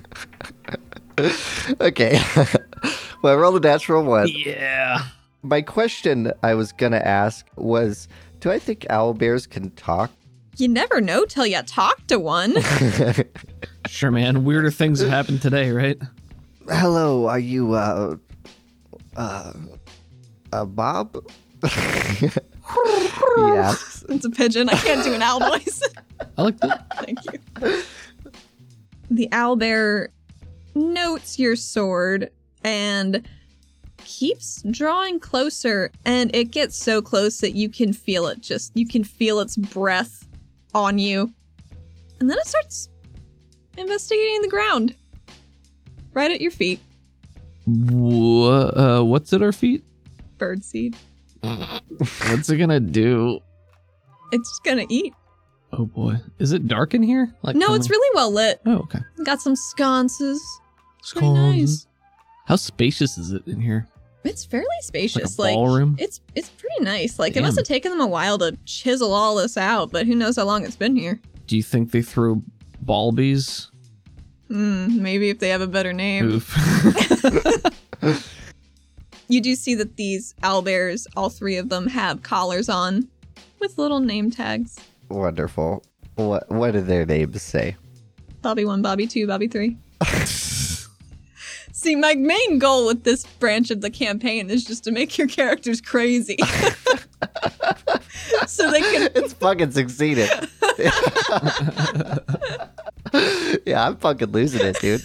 [SPEAKER 3] Okay. well, I rolled a natural one.
[SPEAKER 4] yeah.
[SPEAKER 3] My question I was going to ask was Do I think owl bears can talk?
[SPEAKER 2] You never know till you talk to one.
[SPEAKER 4] Sure, man. Weirder things have happened today, right?
[SPEAKER 3] Hello, are you, uh, uh, uh Bob? he asks.
[SPEAKER 2] it's a pigeon. I can't do an owl voice.
[SPEAKER 4] I like that.
[SPEAKER 2] Thank you. The owlbear notes your sword and keeps drawing closer and it gets so close that you can feel it just you can feel its breath on you and then it starts investigating the ground right at your feet
[SPEAKER 4] Wha uh, what's at our feet?
[SPEAKER 2] birdseed
[SPEAKER 4] What's it gonna do?
[SPEAKER 2] it's just gonna eat
[SPEAKER 4] Oh boy, is it dark in here? Like
[SPEAKER 2] no
[SPEAKER 4] how
[SPEAKER 2] it's
[SPEAKER 4] many-
[SPEAKER 2] really well lit
[SPEAKER 4] Oh okay.
[SPEAKER 2] got some sconces It's pretty nice
[SPEAKER 4] How spacious is it in here?
[SPEAKER 2] It's fairly spacious. Like,
[SPEAKER 4] ballroom?
[SPEAKER 2] It's it's pretty nice. Like
[SPEAKER 4] Damn.
[SPEAKER 2] it must have taken them a while to chisel all this out, but who knows how long it's been here.
[SPEAKER 4] Do you think they threw balbies?
[SPEAKER 2] Hmm, maybe if they have a better name.
[SPEAKER 4] Oof.
[SPEAKER 2] You do see that these owlbears, all three of them, have collars on with little name tags.
[SPEAKER 3] Wonderful. What, what do their names say?
[SPEAKER 2] Bobby one, Bobby two, Bobby three. See, my main goal with this branch of the campaign is just to make your characters crazy. so they can
[SPEAKER 3] It's fucking succeeded. yeah, I'm fucking losing it, dude.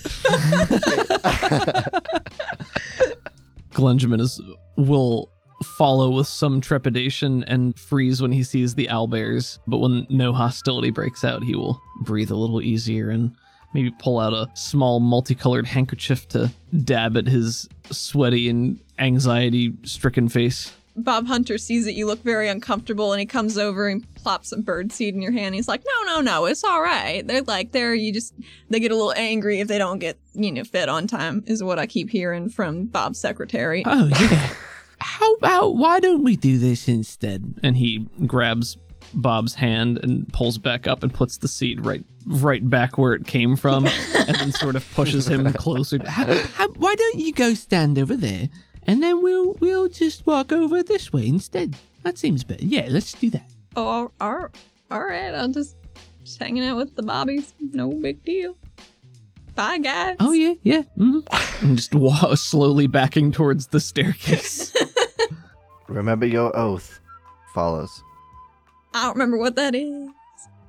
[SPEAKER 4] Glenjamin is will follow with some trepidation and freeze when he sees the owlbears, but when no hostility breaks out, he will breathe a little easier and maybe pull out a small multicolored handkerchief to dab at his sweaty and anxiety stricken face.
[SPEAKER 2] Bob Hunter sees that you look very uncomfortable and he comes over and plops some bird seed in your hand. He's like, No, no, no, it's all right. They're like, they're, you just, they get a little angry if they don't get, you know, fed on time, is what I keep hearing from Bob's secretary. Oh,
[SPEAKER 4] Oh yeah. How about why don't we do this instead? And he grabs Bob's hand and pulls back up and puts the seed right right back where it came from, and then sort of pushes him closer.
[SPEAKER 1] How, how, why don't you go stand over there, and then we'll we'll just walk over this way instead. That seems better. Yeah, let's do that.
[SPEAKER 2] Oh, all, all, all right. I'm just, just hanging out with the Bobbies. No big deal. Bye, guys.
[SPEAKER 1] Oh yeah, yeah.
[SPEAKER 4] mm-hmm.
[SPEAKER 1] mhm.
[SPEAKER 4] And just wa- slowly backing towards the staircase.
[SPEAKER 3] Remember your oath. Follows.
[SPEAKER 2] I don't remember what that is.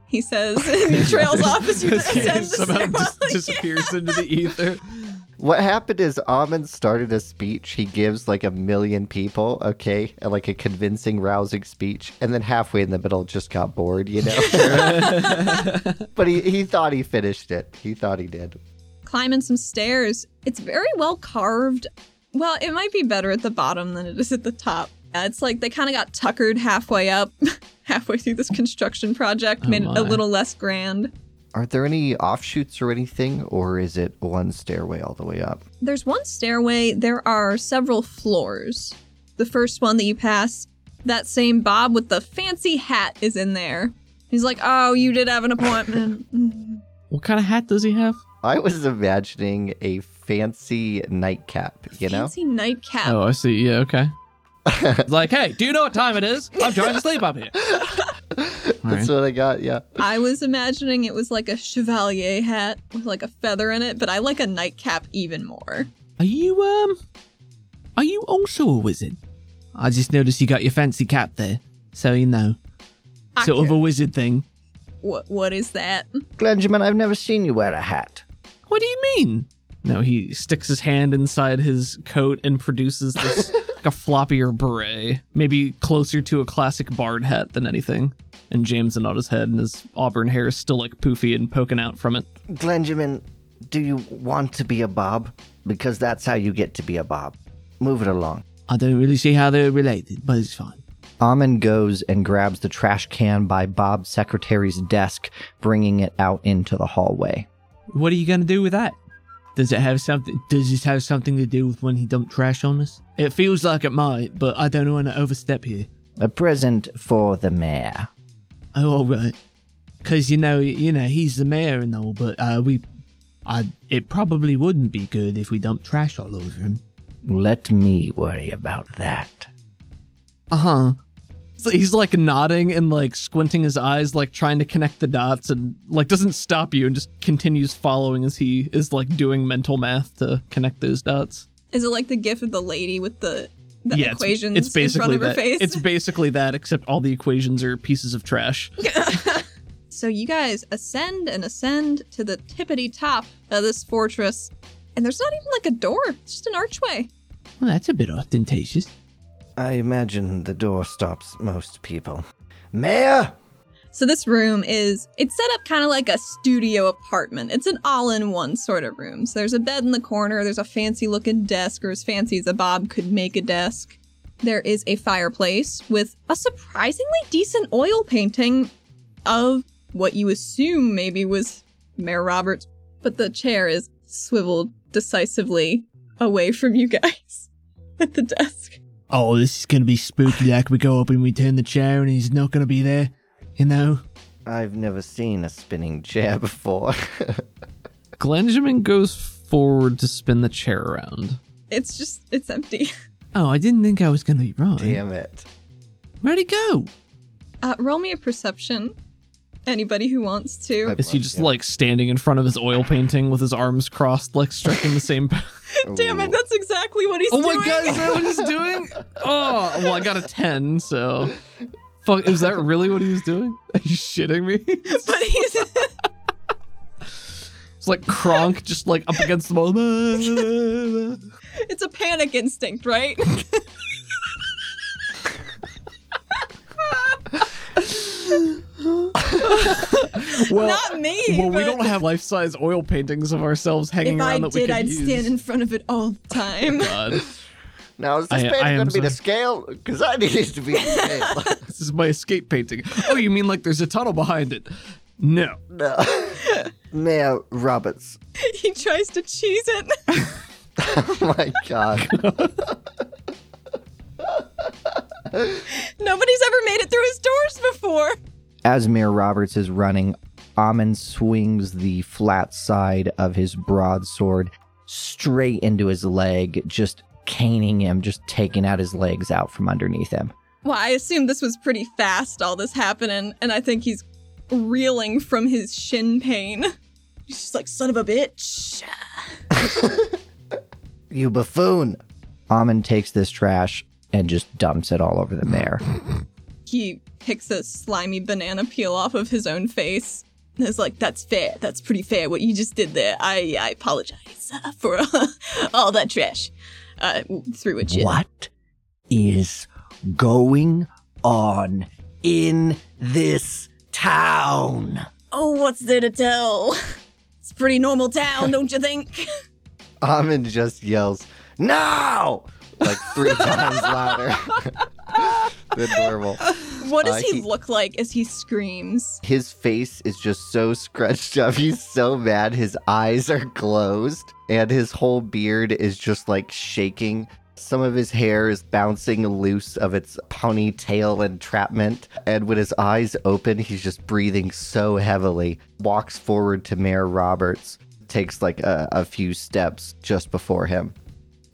[SPEAKER 2] He says, and he trails off as you
[SPEAKER 4] As he
[SPEAKER 2] ascend the
[SPEAKER 4] somehow
[SPEAKER 2] stairwell.
[SPEAKER 4] dis- disappears into the ether.
[SPEAKER 3] What happened is Amon started a speech he gives like a million people, okay? And like a convincing, rousing speech. And then halfway in the middle just got bored, you know? but he, he thought he finished it. He thought he did.
[SPEAKER 2] climbing some stairs. It's very well carved. Well, it might be better at the bottom than it is at the top. Uh, It's like they kind of got tuckered halfway up, halfway through this construction project,
[SPEAKER 4] Oh
[SPEAKER 2] made it
[SPEAKER 4] my.
[SPEAKER 2] a little less grand.
[SPEAKER 3] Are there any offshoots or anything? Or is it one stairway all the way up?
[SPEAKER 2] There's one stairway, there are several floors. The first one that you pass, that same Bob with the fancy hat is in there. He's like, Oh, you did have an appointment.
[SPEAKER 4] What kind of hat does he have?
[SPEAKER 3] I was imagining a fancy nightcap, you know?
[SPEAKER 2] fancy nightcap.
[SPEAKER 4] Oh, I see. Yeah, okay. like, hey, do you know what time it is? I'm trying to sleep up here.
[SPEAKER 3] That's what I got, yeah.
[SPEAKER 2] I was imagining it was like a chevalier hat with like a feather in it, but I like a nightcap even more.
[SPEAKER 1] Are you um? Are you also a wizard?
[SPEAKER 4] I just noticed you got your fancy cap there, so you know, sort of a wizard thing.
[SPEAKER 2] What what is that?
[SPEAKER 3] Glenjamin, I've never seen you wear a hat.
[SPEAKER 4] What do you mean? No, he sticks his hand inside his coat and produces this like a floppier beret, maybe closer to a classic bard hat than anything. And jams it on his head, and his auburn hair is still like poofy and poking out from it.
[SPEAKER 3] Glenjamin, do you want to be a bob? Because that's how you get to be a bob. Move it along.
[SPEAKER 1] I don't really see how they're related, but it's fine.
[SPEAKER 3] Amon goes and grabs the trash can by Bob's secretary's desk, bringing it out into the hallway.
[SPEAKER 1] What are you gonna do with that?
[SPEAKER 4] Does it have something? Does this have something to do with when he dumped trash on us? It feels like it might, but I don't want to overstep here.
[SPEAKER 3] A present for the mayor.
[SPEAKER 4] Oh, all right. Cause you know, you know, he's the mayor and all, but uh, we, I, it probably wouldn't be good if we dumped trash all over him.
[SPEAKER 3] Let me worry about that.
[SPEAKER 4] Uh
[SPEAKER 2] Uh-huh.
[SPEAKER 4] huh. So he's like nodding and like squinting his eyes, like trying to connect the dots, and like doesn't stop you and just continues following as he is like doing mental math to connect those dots.
[SPEAKER 2] Is it like the gif of the lady with the the
[SPEAKER 4] yeah, it's-
[SPEAKER 2] equations
[SPEAKER 4] it's, basically
[SPEAKER 2] in front of her
[SPEAKER 4] that.
[SPEAKER 2] face?
[SPEAKER 4] It's basically that, except all the equations are pieces of trash.
[SPEAKER 2] So you guys ascend and ascend to the tippity top of this fortress. And there's not even like a door, it's just an archway.
[SPEAKER 1] Well, that's a bit ostentatious.
[SPEAKER 3] I imagine the door stops most people. Mayor!
[SPEAKER 2] So this room is it's set up kind of like a studio apartment. It's an all-in-one sort of room. So there's a bed in the corner, there's a fancy looking desk or as fancy as a bob could make a desk. There is a fireplace with a surprisingly decent oil painting of what you assume maybe was Mayor Roberts, but the chair is swiveled decisively away from you guys at the desk.
[SPEAKER 4] Oh, this is gonna be spooky. Like we go up and we turn the chair, and he's not gonna be there. You know.
[SPEAKER 3] I've never seen a spinning chair before.
[SPEAKER 4] Glenjamin goes forward to spin the chair around.
[SPEAKER 2] It's just it's empty.
[SPEAKER 1] Oh, I didn't think I was gonna be wrong.
[SPEAKER 3] Damn it.
[SPEAKER 1] Where'd it go?
[SPEAKER 2] Uh, roll me a perception. Anybody who wants to.
[SPEAKER 3] I'd
[SPEAKER 4] Is he
[SPEAKER 3] love
[SPEAKER 4] just
[SPEAKER 3] to.
[SPEAKER 4] like standing in front of his oil painting with his arms crossed, like striking the same?
[SPEAKER 2] Damn it, that's exactly what he's
[SPEAKER 4] oh
[SPEAKER 2] doing.
[SPEAKER 4] my god, is that what he's doing? Oh, well, I got a ten, so fuck. Is that really what he was doing? Are you shitting me?
[SPEAKER 2] But he's
[SPEAKER 4] It's like Kronk, just like up against the wall.
[SPEAKER 2] it's a panic instinct, right?
[SPEAKER 4] Well,
[SPEAKER 2] Not me.
[SPEAKER 4] well, we
[SPEAKER 2] but
[SPEAKER 4] don't have life-size oil paintings of ourselves hanging
[SPEAKER 2] if
[SPEAKER 4] around
[SPEAKER 2] I
[SPEAKER 4] that we
[SPEAKER 2] did,
[SPEAKER 4] could
[SPEAKER 2] I'd
[SPEAKER 4] use. Oh
[SPEAKER 2] stand in front of it all the time.
[SPEAKER 4] God,
[SPEAKER 3] Now, is this
[SPEAKER 4] I-
[SPEAKER 3] painting
[SPEAKER 4] I am
[SPEAKER 3] going to be the
[SPEAKER 4] sorry.
[SPEAKER 3] scale? Because I need it to be the scale.
[SPEAKER 4] this is my escape painting. Oh, you mean like there's a tunnel behind it? No.
[SPEAKER 3] No. Mayor Roberts.
[SPEAKER 2] he tries to cheese it.
[SPEAKER 3] Oh my god.
[SPEAKER 2] Nobody's ever made it through his doors before.
[SPEAKER 3] as Mayor Roberts is running, Amon swings the flat side of his broadsword straight into his leg, just caning him, just taking out his legs out from underneath him.
[SPEAKER 2] Well, I assume this was pretty fast, all this happening, and I think he's reeling from his shin pain. He's just like, son of a bitch.
[SPEAKER 3] You buffoon! Amon takes this trash and just dumps it all over the mayor.
[SPEAKER 2] He picks a slimy banana peel off of his own face. And is like, that's fair. That's pretty fair what you just did there. I, I apologize uh, for uh, all that trash. Uh, through a chin.
[SPEAKER 3] What is going on in this town?
[SPEAKER 2] Oh, what's there to tell? It's a pretty normal town, don't you think?
[SPEAKER 3] Amon just yells, No! Like three times louder than normal.
[SPEAKER 2] What does
[SPEAKER 3] Uh,
[SPEAKER 2] he
[SPEAKER 3] he-
[SPEAKER 2] look like as he screams?
[SPEAKER 3] His face is just so scrunched up. He's so mad. His eyes are closed, and his whole beard is just like shaking. Some of his hair is bouncing loose of its ponytail entrapment. And when his eyes open, he's just breathing so heavily. Walks forward to Mayor Roberts, takes like a, a few steps just before him.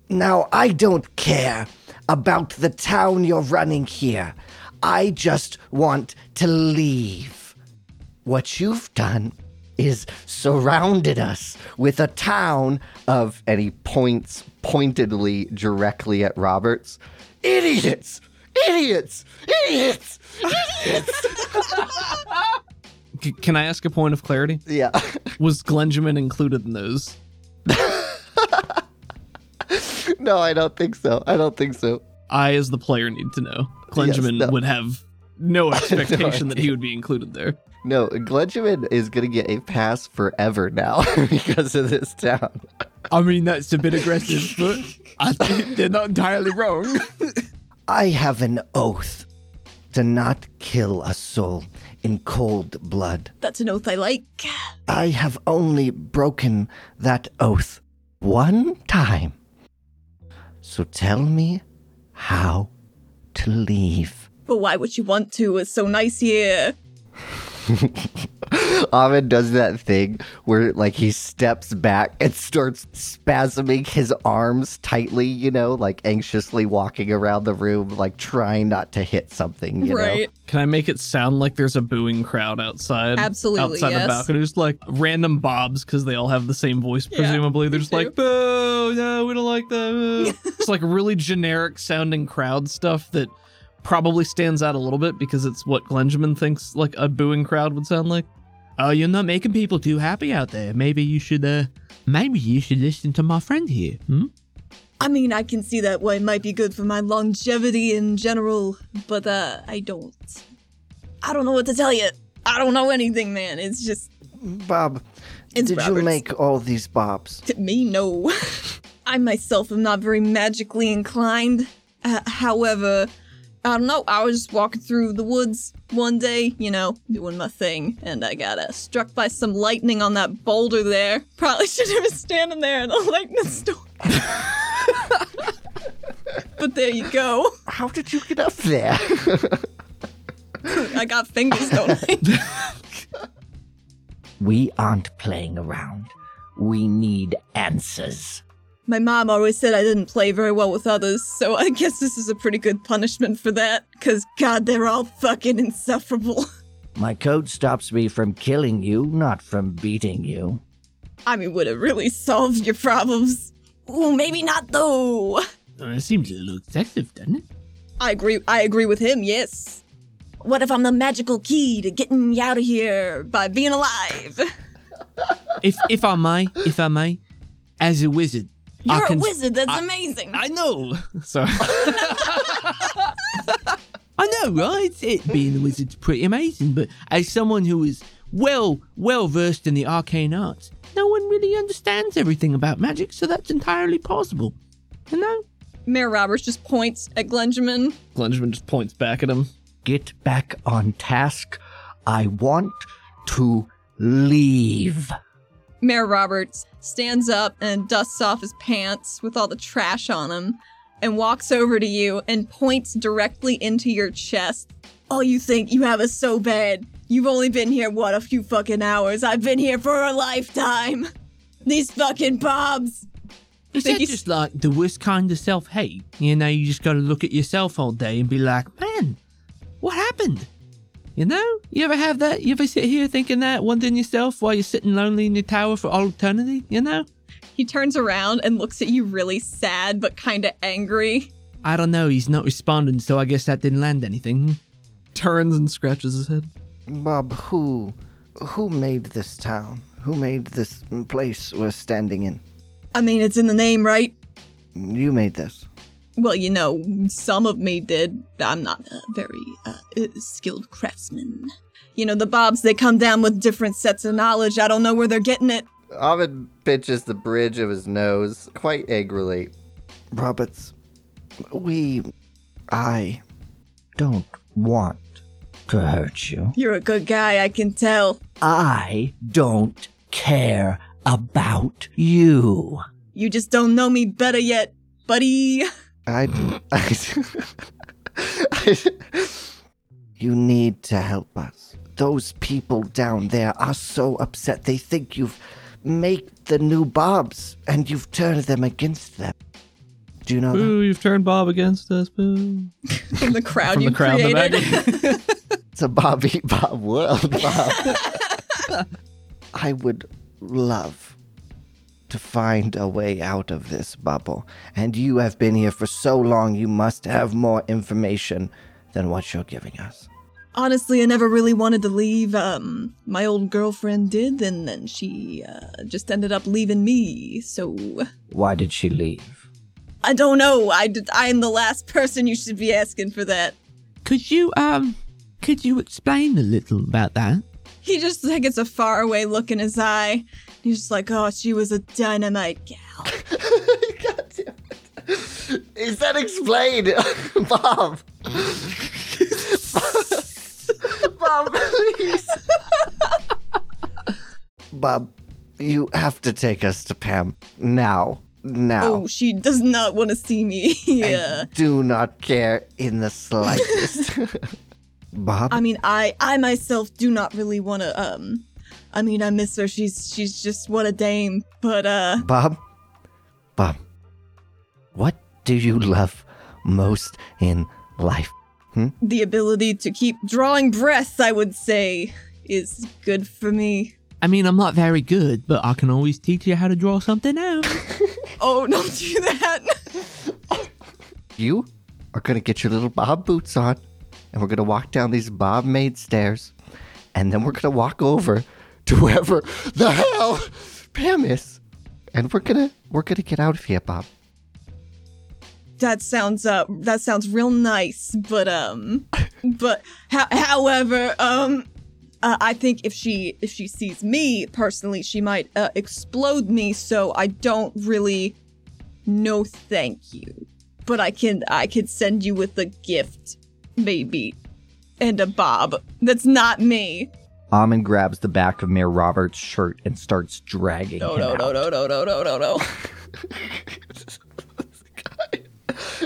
[SPEAKER 3] Now, I don't care about the town you're running here. I just want to leave. What you've done is surrounded us with a town of, and he points pointedly directly at Roberts. Idiots! Idiots! Idiots! Idiots!
[SPEAKER 4] C- can I ask a point of clarity?
[SPEAKER 3] yeah.
[SPEAKER 4] Was Glenjamin included in those?
[SPEAKER 3] No, I don't think so. I don't think so.
[SPEAKER 4] I, as the player, need to know. Glenjamin
[SPEAKER 3] no.
[SPEAKER 4] would have no expectation that he would be included there.
[SPEAKER 3] No, Glenjamin is going to get a pass forever now because of this town.
[SPEAKER 4] I mean, that's a bit aggressive, but I think they're not entirely wrong.
[SPEAKER 3] I have an oath to not kill a soul in cold blood.
[SPEAKER 2] That's an oath I like.
[SPEAKER 3] I have only broken that oath one time. So tell me how to leave.
[SPEAKER 2] But why would you want to? It's so nice here.
[SPEAKER 3] Ahmed does that thing where like he steps back and starts spasming his arms tightly, you know, like anxiously walking around the room, like trying not to hit something, you know.
[SPEAKER 2] right.
[SPEAKER 4] Can I make it sound like there's a booing crowd outside?
[SPEAKER 2] Absolutely,
[SPEAKER 4] Outside
[SPEAKER 2] yes.
[SPEAKER 4] the balcony, just like random bobs because they all have the same voice.
[SPEAKER 2] Yeah,
[SPEAKER 4] Presumably, they're
[SPEAKER 2] me
[SPEAKER 4] just
[SPEAKER 2] too.
[SPEAKER 4] like boo, no, we don't like that. boo." it's like really generic sounding crowd stuff that probably stands out a little bit because it's what Glenjamin thinks like a booing crowd would sound like.
[SPEAKER 1] Oh, you're not making people too happy out there. Maybe you should, uh, maybe you should listen to my friend here. Hmm?
[SPEAKER 2] I mean, I can see that why it might be good for my longevity in general, but uh, I don't. I don't know what to tell you. I don't know anything, man. It's just
[SPEAKER 3] Bob,
[SPEAKER 2] It's
[SPEAKER 3] did you
[SPEAKER 2] Roberts.
[SPEAKER 3] make all these bobs?
[SPEAKER 2] to me, no. I myself am not very magically inclined. Uh, however, I don't know. I was just walking through the woods one day, you know, doing my thing, and I got uh, struck by some lightning on that boulder there. Probably should have been standing there in the lightning storm. but there you go.
[SPEAKER 3] How did you get up there?
[SPEAKER 2] I got fingers, don't I?
[SPEAKER 3] we aren't playing around. We need answers.
[SPEAKER 2] My mom always said I didn't play very well with others, so I guess this is a pretty good punishment for that, because god, they're all fucking insufferable.
[SPEAKER 3] My code stops me from killing you, not from beating you.
[SPEAKER 2] I mean, would it really solve your problems? Ooh, maybe not though.
[SPEAKER 1] Uh, it seems a little excessive, doesn't it?
[SPEAKER 2] I agree. I agree with him. Yes. What if I'm the magical key to getting you out of here by being alive?
[SPEAKER 1] if if I may, if I may, as a wizard,
[SPEAKER 2] You're
[SPEAKER 1] I can.
[SPEAKER 2] a wizard. That's amazing.
[SPEAKER 4] I know. Sorry.
[SPEAKER 1] I know, right? It being a wizard's pretty amazing, but as someone who is well well versed in the arcane arts, no one really understands everything about magic, so that's entirely possible. You know,
[SPEAKER 2] Mayor Roberts just points at Glenjamin.
[SPEAKER 4] Glenjamin just points back at him.
[SPEAKER 3] Get back on task. I want to leave.
[SPEAKER 2] Mayor Roberts stands up and dusts off his pants with all the trash on him and walks over Oh, to you and points directly into your chest. All you think you have is so bad. You've only been here, what, a few fucking hours? I've been here for a lifetime. These fucking bobs.
[SPEAKER 4] Is
[SPEAKER 2] They
[SPEAKER 4] that
[SPEAKER 2] just-
[SPEAKER 4] just like the worst kind of self hate? You know, you just got to look at yourself all day and be like, man, what happened? You know, you ever have that? You ever sit here thinking that, wondering yourself while you're sitting lonely in your tower for all eternity? You know?
[SPEAKER 2] He turns around and looks at you really sad but kind of angry.
[SPEAKER 4] I don't know. He's not responding, so I guess that didn't land anything.
[SPEAKER 1] Turns and scratches his head.
[SPEAKER 3] Bob, who who made this town? Who made this place we're standing in?
[SPEAKER 2] I mean, it's in the name, right?
[SPEAKER 3] You made this.
[SPEAKER 2] Well, you know, some of me did. I'm not a very uh, uh, skilled craftsman. You know, the Bobs, they come down with different sets of knowledge. I don't know where they're getting it.
[SPEAKER 5] Ovid pinches the bridge of his nose quite angrily.
[SPEAKER 3] Roberts, we I don't want to hurt you.
[SPEAKER 2] You're a good guy, I can tell.
[SPEAKER 6] I don't care about you.
[SPEAKER 2] You just don't know me better yet, buddy.
[SPEAKER 3] I, I- You need to help us. Those people down there are so upset. They think you've made the new Bobs and you've turned them against them. Do you know that?
[SPEAKER 4] Mm.
[SPEAKER 2] Uh-huh.
[SPEAKER 1] Boo, you've turned Bob against us, boo.
[SPEAKER 2] From the crowd
[SPEAKER 1] From
[SPEAKER 2] you
[SPEAKER 1] the crowd in the back.
[SPEAKER 2] created.
[SPEAKER 3] It's a Bob eat Bob world, Bob. I would love to find a way out of this bubble. And you have been here for so long, you must have more information than what you're giving us.
[SPEAKER 2] Honestly, I never really wanted to leave. Um, my old girlfriend did, and then she uh, just ended up leaving me. So
[SPEAKER 6] Why did she leave?
[SPEAKER 2] I don't know. I did- I am the last person you should be asking for that.
[SPEAKER 4] Could you, um, could you explain a little about that?
[SPEAKER 2] He just like gets a faraway look in his eye. He's just like, oh, she was a dynamite gal.
[SPEAKER 5] God damn it. Is that explained, Bob? Bob, please.
[SPEAKER 3] Bob, you have to take us to Pam now. Now.
[SPEAKER 2] Oh, she does not want to see me. yeah.
[SPEAKER 3] I do not care in the slightest. Bob,
[SPEAKER 2] I mean, I I myself do not really want to. Um, I mean, I miss her. She's she's just what a dame. But uh,
[SPEAKER 3] Bob, Bob, what do you love most in life?
[SPEAKER 2] the ability to keep drawing breaths, I would say, is good for me.
[SPEAKER 4] I mean, I'm not very good, but I can always teach you how to draw something out.
[SPEAKER 2] Oh, don't do that.
[SPEAKER 3] You are going to get your little Bob boots on, and we're going to walk down these Bob made stairs, and then we're going to walk over to wherever the hell Pam is. And we're gonna we're gonna get out of here, Bob.
[SPEAKER 2] that sounds uh that sounds real nice, but um, but ho- however um. Uh, I think if she if she sees me personally, she might uh, explode me. So I don't really. No, thank you. But I can I could send you with a gift, maybe, and a bob. That's not me.
[SPEAKER 6] Amon grabs the back of Mayor Roberts' shirt and starts dragging
[SPEAKER 2] No
[SPEAKER 6] him
[SPEAKER 2] no
[SPEAKER 6] out.
[SPEAKER 2] no no no no no no no.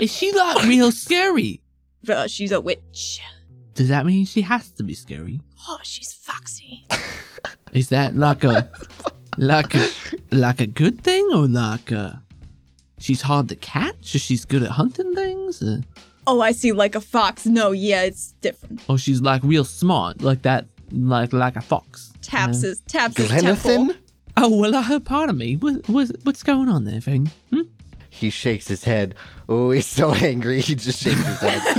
[SPEAKER 4] Is she like real scary?
[SPEAKER 2] Uh, she's a witch.
[SPEAKER 4] Does that mean she has to be scary?
[SPEAKER 2] Oh, she's foxy.
[SPEAKER 4] Is that like a like a like a good thing or like a she's hard to catch or she's good at hunting things or,
[SPEAKER 2] Oh, I see, like a fox. No, yeah, it's different.
[SPEAKER 4] or she's like real smart like that like like a fox?
[SPEAKER 2] taps his taps his temple.
[SPEAKER 3] Glenathan?
[SPEAKER 4] Oh well, I heard part of me. What, what what's going on there, thing? Hmm?
[SPEAKER 3] He shakes his head. Oh, he's so angry. He just shakes his head.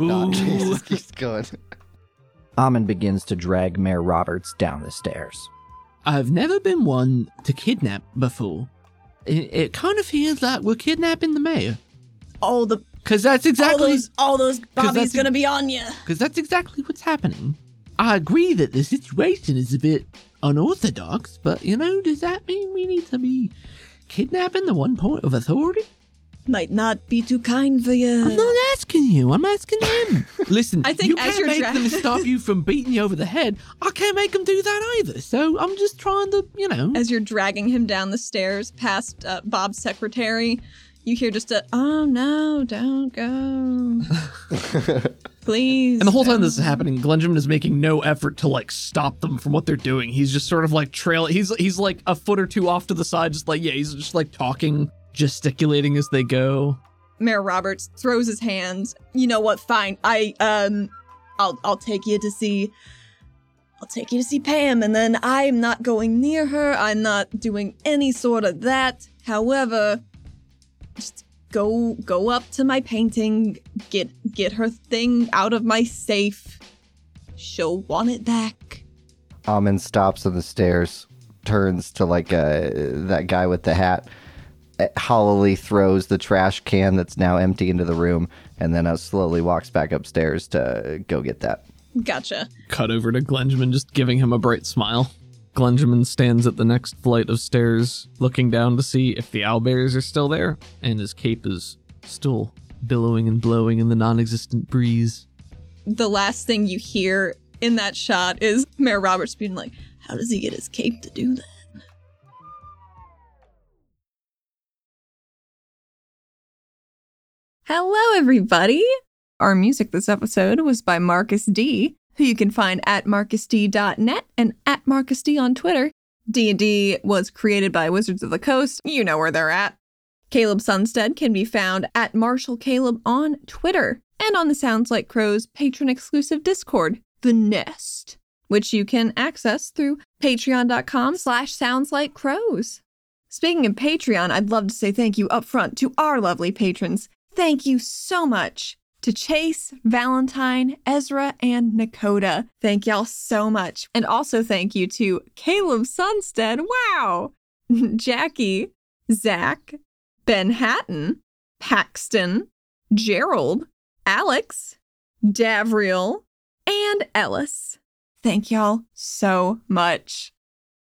[SPEAKER 4] Ooh.
[SPEAKER 3] God, Jesus, keeps going.
[SPEAKER 6] Amon begins to drag Mayor Roberts down the stairs.
[SPEAKER 4] I've never been one to kidnap before. It, it kind of feels like we're kidnapping the mayor,
[SPEAKER 2] All the
[SPEAKER 4] because that's exactly
[SPEAKER 2] all those all those
[SPEAKER 4] that's
[SPEAKER 2] Bobby's
[SPEAKER 4] a-
[SPEAKER 2] gonna be on you.
[SPEAKER 4] because that's exactly what's happening. I agree that the situation is a bit unorthodox, but you know, does that mean we need to be kidnapping the one point of authority?
[SPEAKER 2] Might not be too kind for
[SPEAKER 4] I'm
[SPEAKER 2] you.
[SPEAKER 4] not asking you, I'm asking him. Listen,
[SPEAKER 2] I think
[SPEAKER 4] you
[SPEAKER 2] as
[SPEAKER 4] can't
[SPEAKER 2] you're
[SPEAKER 4] make
[SPEAKER 2] dra-
[SPEAKER 4] them stop you from beating you over the head. I can't make them do that either, so I'm just trying to, you know.
[SPEAKER 2] As you're dragging him down the stairs past uh, Bob's secretary, you hear just a "Oh no, don't go." please.
[SPEAKER 4] And the whole time this is
[SPEAKER 2] don't."
[SPEAKER 4] happening, Glenjamin is making no effort to like stop them from what they're doing. He's just sort of like trail. He's he's like a foot or two off to the side, just like yeah, he's just like talking, gesticulating as they go.
[SPEAKER 2] Mayor Roberts throws his hands. You know what? Fine. I um I'll I'll take you to see I'll take you to see Pam and then I'm not going near her. I'm not doing any sort of that. However, just go go up to my painting, get get her thing out of my safe. She'll want it back.
[SPEAKER 3] Amon stops on the stairs, turns to like uh, that guy with the hat, uh, hollowly throws the trash can that's now empty into the room, and then uh, slowly walks back upstairs to go get that.
[SPEAKER 2] Gotcha.
[SPEAKER 4] Cut over to Glenjamin, just giving him a bright smile. Glenjamin stands at the next flight of stairs, looking down to see if the owlbears are still there, and his cape is still billowing and blowing in the non-existent breeze.
[SPEAKER 2] The last thing you hear in that shot is Mayor Roberts being like, "How does he get his cape to do that?" Hello, everybody. Our music this episode was by Marcus D, who you can find at marcusd.net and at marcusd on Twitter. D&D was created by Wizards of the Coast. You know where they're at. Caleb Sunstead can be found at Marshall Caleb on Twitter and on the Sounds Like Crows patron exclusive Discord, The Nest, which you can access through patreon.com slash sounds like crows. Speaking of Patreon, I'd love to say thank you up front to our lovely patrons. Thank you so much to Chase, Valentine, Ezra, and Nakoda. Thank y'all so much. And also thank you to Caleb Sunstead, wow, Jackie, Zach, Ben Hatton, Paxton, Gerald, Alex, Davriel, and Ellis. Thank y'all so much.